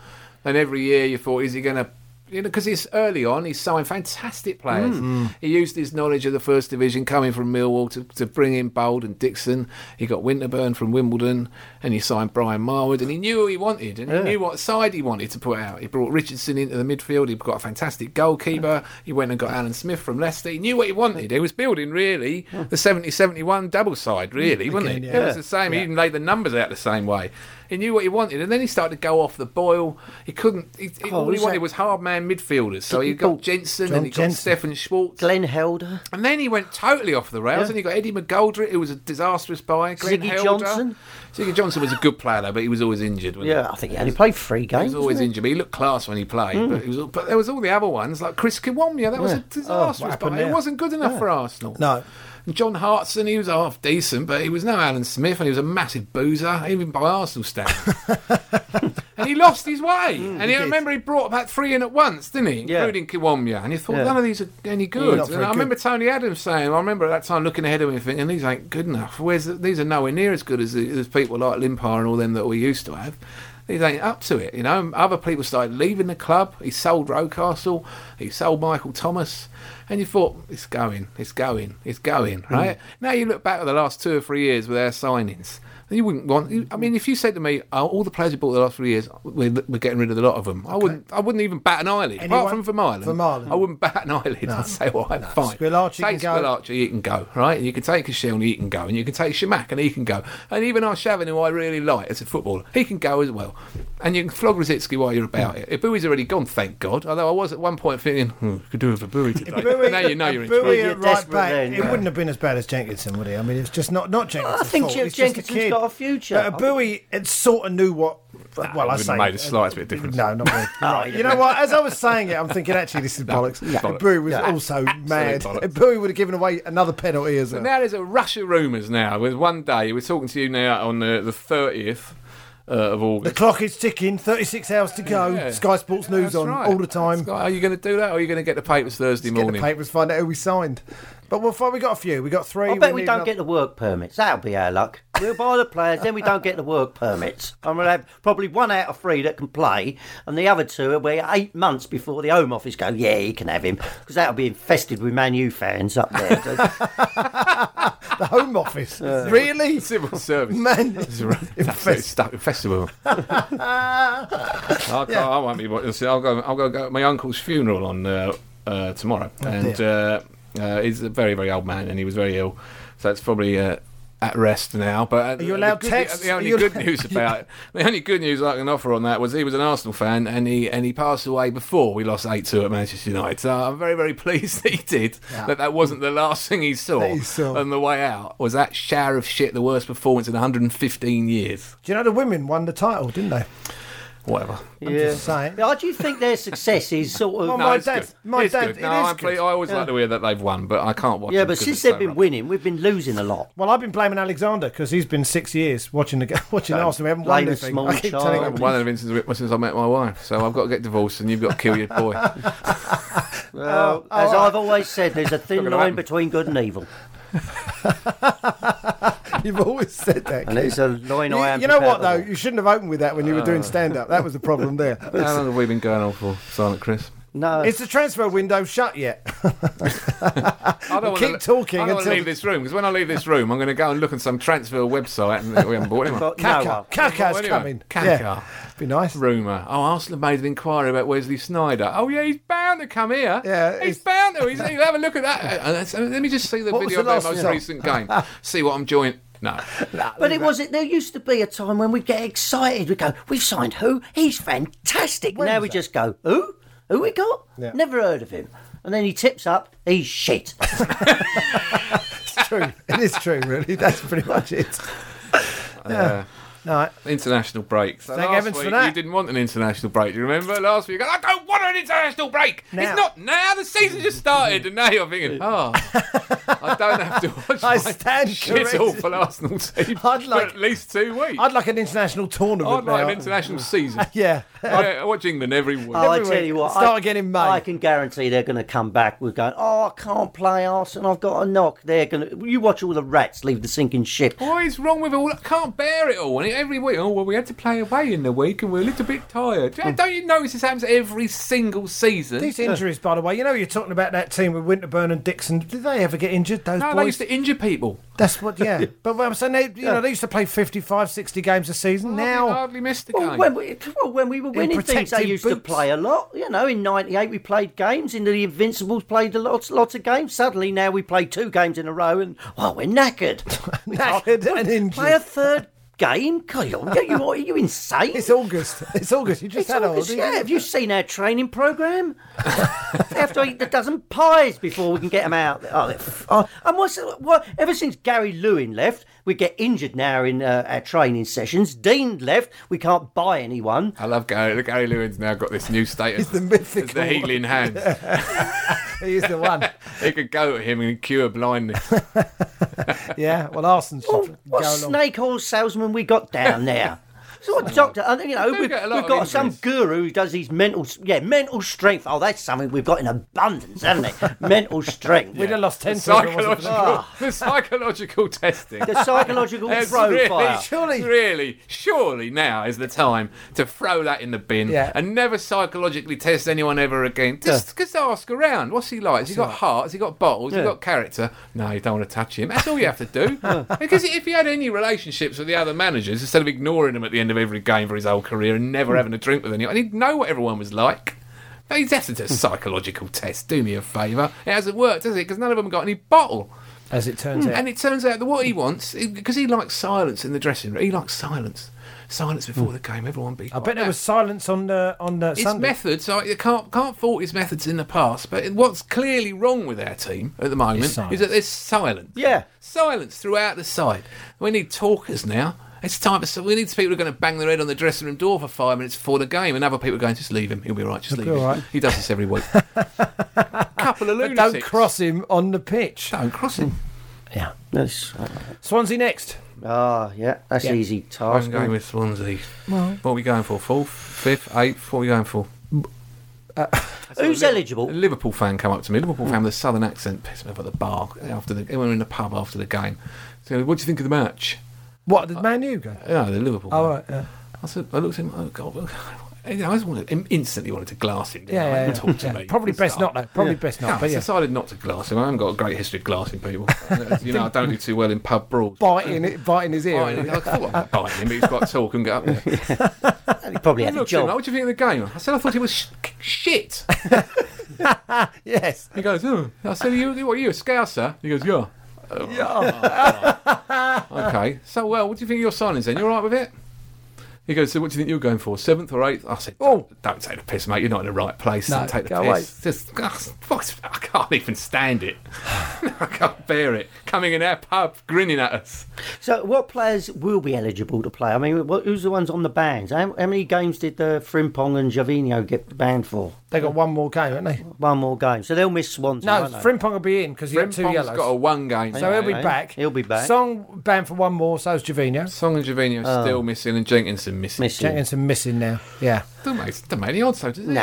and every year you thought, is he going to? You know, because he's early on, he's signed fantastic players.
Hmm.
He used his knowledge of the first division coming from Millwall to, to bring in Bold and Dixon. He got Winterburn from Wimbledon, and he signed Brian Marwood, and he knew who he wanted, and he knew what side he wanted to put out. He brought Richardson into the midfield. He got a fantastic goalkeeper. He went and got Alan Smith from Leicester. He knew what he wanted. He was building really the 70-71 double side, really, wasn't it? It was the same. He even laid the numbers out the same way. He knew what he wanted, and then he started to go off the boil. He couldn't. He, he- all he
was
wanted
that-
was hard man midfielders. So he
Didn't
got Jensen
John
and he got
Jensen.
Stefan Schwartz,
Glenn Helder.
and then he went totally off the rails. And you got Eddie McGoldrick, who was a disastrous buy. Glenn
Ziggy
Helder.
Johnson?
Ziggy Johnson was a good player, though, but he was always injured. Wasn't he?
Yeah, I think he only played three
He
games.
was always
didn't
injured, but he looked class when he played.
Mm.
But, he was, but
Oh,
there was all the other ones like Chris Kiwomia. That was a disastrous
happened
buy. It
there?
wasn't good enough for Arsenal.
No.
John Hartson, he was half decent, but he was no Alan Smith, and he was a massive boozer, even by Arsenal standards. and he lost his way. and he, I remember he brought about three in at once, didn't he?
Mm, Yeah.
Including Kiwamia. And he thought,
Yeah.
none of these are any good.
not
and
very
I
good.
remember Tony Adams saying, I remember at that time looking ahead of him and thinking, these ain't good enough. Where's the, These are nowhere near as good as, the, as people like Limpar and all them that we used to have. These ain't up to it, you know. And Other people started leaving the club. He sold Rocastle. He sold Michael Thomas. And you thought, it's going, it's going, it's going,
Hmm.
right? Now you look back at the last two or three years with our signings. You wouldn't want. you- I mean, if you said to me, oh, "All the players we bought the last three years, we're, we're getting rid of a lot of them," I wouldn't. I wouldn't even bat an eyelid. Apart from
Anyone-
Vermaelen,
Vermaelen.
I wouldn't bat an eyelid. I'd say, "All right, fine."
Squillaci
take
can go.
Squillaci, he can go, right? And you can take Kashil and he can go, and you can take Shamak and he can go, and even Arshavin, who I really like as a footballer, he can go as well. And you can flog Rositsky while you're about it. Ibui's already gone, thank God. Although I was at one point thinking, hmm, could do with Ibui today.
Bowie-
now you know you're in trouble.
Bowie
You're
at right
desperate
back.
then,
it
yeah.
wouldn't have been as bad as Jenkinson, would he? I mean, it's just not not Jenkinson.
I think Jen- Jenkinson's got a future.
But Bowie, it sort of knew what. well, I
wouldn't
say
have made the slightest bit of difference.
No, not really. right. You know what? As I was saying it, I'm thinking actually this is bollocks.
bollocks.
Bowie was also mad.
bollocks.
Bowie would have given away another penalty as
But
well.
now there's a rush of rumours now. With one day, we're talking to you now on the, the 30th uh, of
The
August.
clock is ticking. 36 hours to go.
Yeah.
Sky Sports News
That's
on
right.
all the time.
Sky, Are you going to do that, or are you going to get the papers Thursday
Get the
morning?
papers, find out who we signed. But we'll find, we got a few. We got three.
I bet we
need
don't
another-
get the work permits. That'll be our luck. We'll buy the players, then we don't get the work permits. I'm going to have probably one out of three that can play, and the other two will be eight months before the Home Office go, yeah, he can have him, because that'll be infested with Man U fans up there.
the Home Office. really?
Civil service.
Man,
Infest- festival. I'll, go- I won't be watching. see, I'll go. I'll go, go at my uncle's funeral on uh, uh, tomorrow,
Oh,
and uh, uh, he's a very, very old man, and he was very ill, so it's probably. Uh, at rest now, but uh,
you allowed
the good,
texts?
The only
Are you
good
allowed-
news about it, the only good news I can offer on that was he was an Arsenal fan and he and he passed away before we lost eight two at Manchester United. So I'm very very pleased that he did. That that wasn't the last thing he saw,
That he saw.
on the way out was that shower of shit, the worst performance in 115 years.
Do you know the women won the title, didn't they?
Whatever.
yeah.
Just saying.
Now, do you think their success is sort of.
Well, Oh, my
it's
dad-
good.
my
It's
dad-
good.
it
No,
is
I'm ple-
good.
I always like to hear that they've won, but I can't watch.
yeah,
them
but
because
since
it's
they've
so
been
rubbish.
winning, we've been losing a lot.
Well, I've been blaming Alexander because he's been six years watching the watching Arsenal. We haven't won
blame a
anything.
small
I keep
child.
telling
I've
him.
been One of the instances since I met my wife, so I've got to get divorced, and you've got to kill your boy.
Well, as I've always said, there's a thin
Look at
line
that.
between good and evil,
You've always said that.
and it's a line
You,
I am. Uh.
you know what
prepared
though?
to walk.
You shouldn't have opened with that when you were doing stand up. That was the problem there.
How long have we been going on for, Silent Chris?
No,
Is the transfer window shut yet?
I don't
keep
wanna, I don't
talking
want to
until-
leave this room because when I leave this room, I'm going to go and look at some transfer website and think we haven't bought anyone.
But no
Kaka.
one.
Kaka's
Well, anyway,
coming.
Kaka.
Yeah. Be nice.
Rumour. Oh, Arsenal made an inquiry about Wesley Snyder. Oh, yeah, he's bound to come here.
Yeah,
he's,
he's-
bound to. He's, he'll have a look at that. Uh, uh, let's- uh, let me just see the
What was
video
the
of
last
their most
result?
recent game. see what I'm joining. No.
But it was it. There used to be a time when we'd get excited. We'd go, "We've signed who? He's fantastic." now we just go, "Who? Who we got?
Yeah.
Never heard of him." And then he tips up. He's shit.
It's true. It is true. Really, that's pretty much it.
Uh,
No,
International break. So
Thank
last
heavens for
week,
that.
You didn't want an international break. Do you remember last week? You go, I don't want an international break.
Now.
It's not now. The season just started, and now you're thinking, oh, I don't have to watch.
I
my
stand
shit
corrected.
awful Arsenal team
I'd
for
like-
at least two weeks.
I'd like an international tournament.
I'd like an
now.
international season.
Yeah.
I, I watch England every week.
Oh, I
Every
tell
week.
you what,
Start
I,
again in May.
I can guarantee they're going to come back with going. Oh, I can't play Arsenal. I've got a knock. They're going to. You watch all the rats leave the sinking ship.
What is wrong with all? I can't bear it all. And every week, oh well, we had to play away in the week, and we're a little bit tired. Don't- Don't you notice this happens every single season?
Mm. These injuries, by the way, you know you're talking about that team with Winterburn and Dixon. Did they ever get injured? Those
no,
boys.
they used to injure people.
That's what, yeah. but what I'm saying, they, you know, they used to play 55, 60 games a season.
hardly,
now, oh,
hardly missed the
Well,
game.
when we, well, when we were winning things, they
protective
used to
boots.
play a lot. You know, in '98 we played games. In the Invincibles, played a lot, lots of games. Suddenly now we play two games in a row, and well, we're knackered.
knackered and
play a
injured.
third game? God, you, you, are you insane?
It's August. It's August. You just
It's
had
August,
Aldi.
yeah. Have you seen our training program? they have to eat a dozen pies before we can get them out. Oh, they're f- oh, and what's what? Ever since Gary Lewin left, we get injured now in uh, our training sessions. Dean left, we can't buy anyone.
I love Gary. Gary Lewin's now got this new status.
He's the mythical
As the healing hand.
He is the one.
He could go at him and cure blindness.
Yeah. Well, Arson should
What,
go
Oh, what
along.
snake oil salesman we got down there? So what doctor? and, You know,
do
we've,
get a lot
we've
of
got some
injuries.
guru who does these mental, s- yeah, mental strength. Oh, that's something we've got in abundance, haven't it? mental strength.
We'd have lost ten. to everyone, wasn't it?
psychological, the psychological testing.
The psychological
It's
profile.
Really,
Surely-
really, surely now is the time to throw that in the bin
Yeah.
and never psychologically test anyone ever again. Just, just ask around. What's he like? Has he got heart? Has he got bottles? Has he got character? No, you don't want to touch him. That's all you have to do. because if he had any relationships with the other managers, instead of ignoring them at the end of every game for his whole career and
Hmm.
never having a drink with anyone, he'd know what everyone was like. Now, He's had to do
Hmm.
a psychological test. Do me a favour. It hasn't worked, has it? Because none of them got any bottle.
As it turns out.
Hmm. And it turns out that what he wants, because he likes silence in the dressing room, he likes silence. Silence before the game, everyone be.
Hmm. I bet there was silence on uh, on uh,
His
Sunday.
methods, I you can't can't fault his methods in the past, but what's clearly wrong with our team at the moment
silence.
is that there's silence.
Yeah.
silence throughout the side. We need talkers now. It's time for so we need people who are going to bang their head on the dressing room door for five minutes before the game, and other people are going just leave him. He'll be all right. Just leave
be
him.
all right.
He does this every week. Couple of lunatics.
Don't cross him on the pitch.
Don't cross him.
Yeah, that's
Swansea next.
ah, yeah, that's easy task.
I'm going with Swansea. What are we going for? Fourth, fifth, eighth? What are we going for?
Who's
A
eligible?
Liverpool fan come up to me. Liverpool fan with a southern accent pissed me off at the bar after the. We were in the pub after the game. So, what do you think of the match?
What did Man U go?
Yeah, the Liverpool.
Oh,
fan.
right, yeah.
I said, I looked at him. Oh God. well, You know, I just wanted, im- instantly wanted to glass him. didn't I?
Yeah, yeah, yeah.
And talk to
Yeah.
me.
Probably
and
best
stuff.
not, though. Probably best not.
No,
but
I
yeah.
decided not to glass him. I haven't got a great history of glassing people. you know, I don't do too well in pub brawls.
biting it, biting his ear.
Biting- I thought I was biting him, but he's quite tall, couldn't get up there.
He probably had
I
a
looked at him, like,
job.
what do you think of the game? I said, I thought it was sh- shit.
yes.
He goes, oh. I said, are you, what are you, a scouser? He goes, yeah. yeah. okay. So, well, what do you think of your signings then? You all right with it? He goes, so what do you think you're going for? Seventh or eighth? I said, oh, don't take the piss, mate. You're not in the right place.
No,
don't take the
go
piss.
away.
Just, what? I can't even stand it. I can't bear it. Coming in our pub, grinning at us.
So, what players will be eligible to play? I mean, what, who's the ones on the bans? How, how many games did uh, Frimpong and Javinho get banned for?
They got one more game, haven't they?
One more game, so they'll miss Swansea.
No,
won't they?
Frimpong will be in because he had two
Frimpong's
yellows.
got a one game.
so he'll be
Right.
back.
He'll be back.
Song banned for one more, so's Javinho.
Song and Jovino
Oh.
still missing, and Jenkinson missing.
missing.
Jenkinson missing now. Yeah.
Don't make, don't make any odds, though, does it?
No,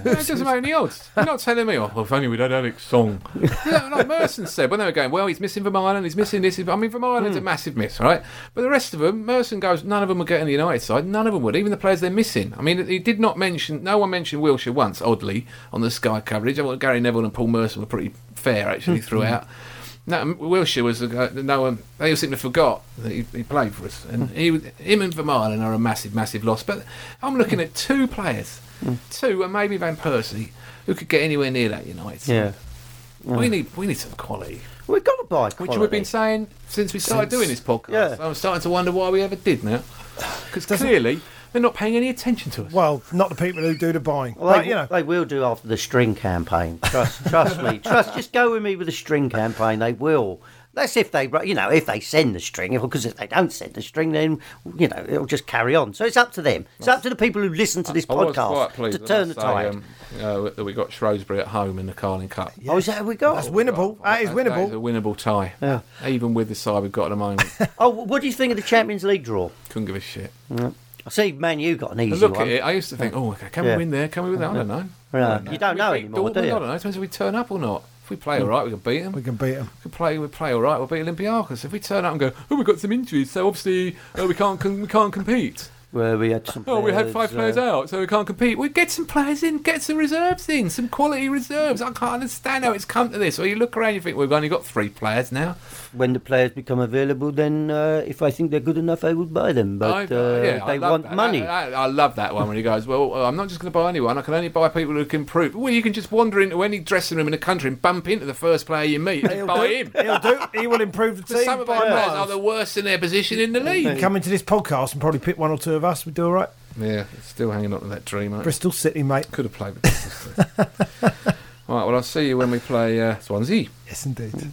No, it doesn't make any odds. You're not telling me, oh, well, if only we'd had Alex Song. You know, like Merson said, when they were going, well, he's missing from Ireland, he's missing this. he's- I mean, from Ireland's a massive miss, right? But the rest of them, Merson goes, none of them would get in the United side, none of them would, even the players they're missing. I mean, he did not mention, no one mentioned Wilshire once, oddly, on the Sky coverage. I thought Gary Neville and Paul Merson were pretty fair, actually, throughout. No, Wilshire was the guy. that No one. They all seem to have forgot that he, he played for us, and he, was- him and Vermaelen are a massive, massive loss. But I'm looking at two players,
Mm.
two, and maybe Van Persie, who could get anywhere near that United. side.
yeah,
we need we need some quality,
we've got to buy.
which
quality.
we've been saying since we started doing this podcast.
Yeah.
I'm starting to wonder why we ever did now, because clearly they're not paying any attention to us.
Well, not the people who do the buying.
Well,
but,
they,
you know,
they will do after the string campaign. Trust, trust me. Trust. Just go with me with the string campaign. They will. That's if they, you know, if they send the string. Because if they don't send the string, then you know it'll just carry on. So it's up to them. It's up to the people who listen to this
I was quite
podcast
pleased
to
when
turn
I
the
say,
tide.
um, uh, that we got Shrewsbury at home in the Carling Cup.
Oh, is that how we got?
that's winnable. That is
That is a
winnable.
winnable tie. Even with the side we've got at the moment,
Oh, what do you think of the Champions League draw?
couldn't give a shit.
I see, man, you got an
I
easy
look
one.
at it. I used to think, oh, okay, can
Yeah.
we win there? Can we win there? I don't know.
Right.
I
You don't
We
know
beat
anymore,
Dortmund,
do you?
I don't know. It depends if we turn up or not. If we
Hmm.
play all right, we can beat them.
We
We
can beat them.
can play. We play all right. oh, We'll beat Olympiacos. If we turn up and go, oh, we've got some injuries, so obviously uh, we can't com- we can't compete.
where we had some.
Oh, we had
players,
five players
uh,
out, so we can't compete. We get some players in, get some reserves in, some quality reserves. I can't understand how it's come to this. Or you look around, you think we've only got three players now.
When the players become available, then uh, if I think they're good enough, I would buy them. But
I-
uh,
yeah, I
they
love
want
that.
money.
I, I- I love that one when he goes, Well, I'm not just going to buy anyone. I can only buy people who can prove. Well, you can just wander into any dressing room in the country and bump into the first player you meet and buy him.
He'll do. He will improve the team.
Some of
by
our
and
players
large.
are the worst in their position in the
You
league.
can come into this podcast and probably pick one or two of us. We'd do all right.
Yeah, still hanging on to that dream, aren't
Bristol City, mate.
Could have played with All right, well, I'll see you when we play uh, Swansea.
Yes, indeed.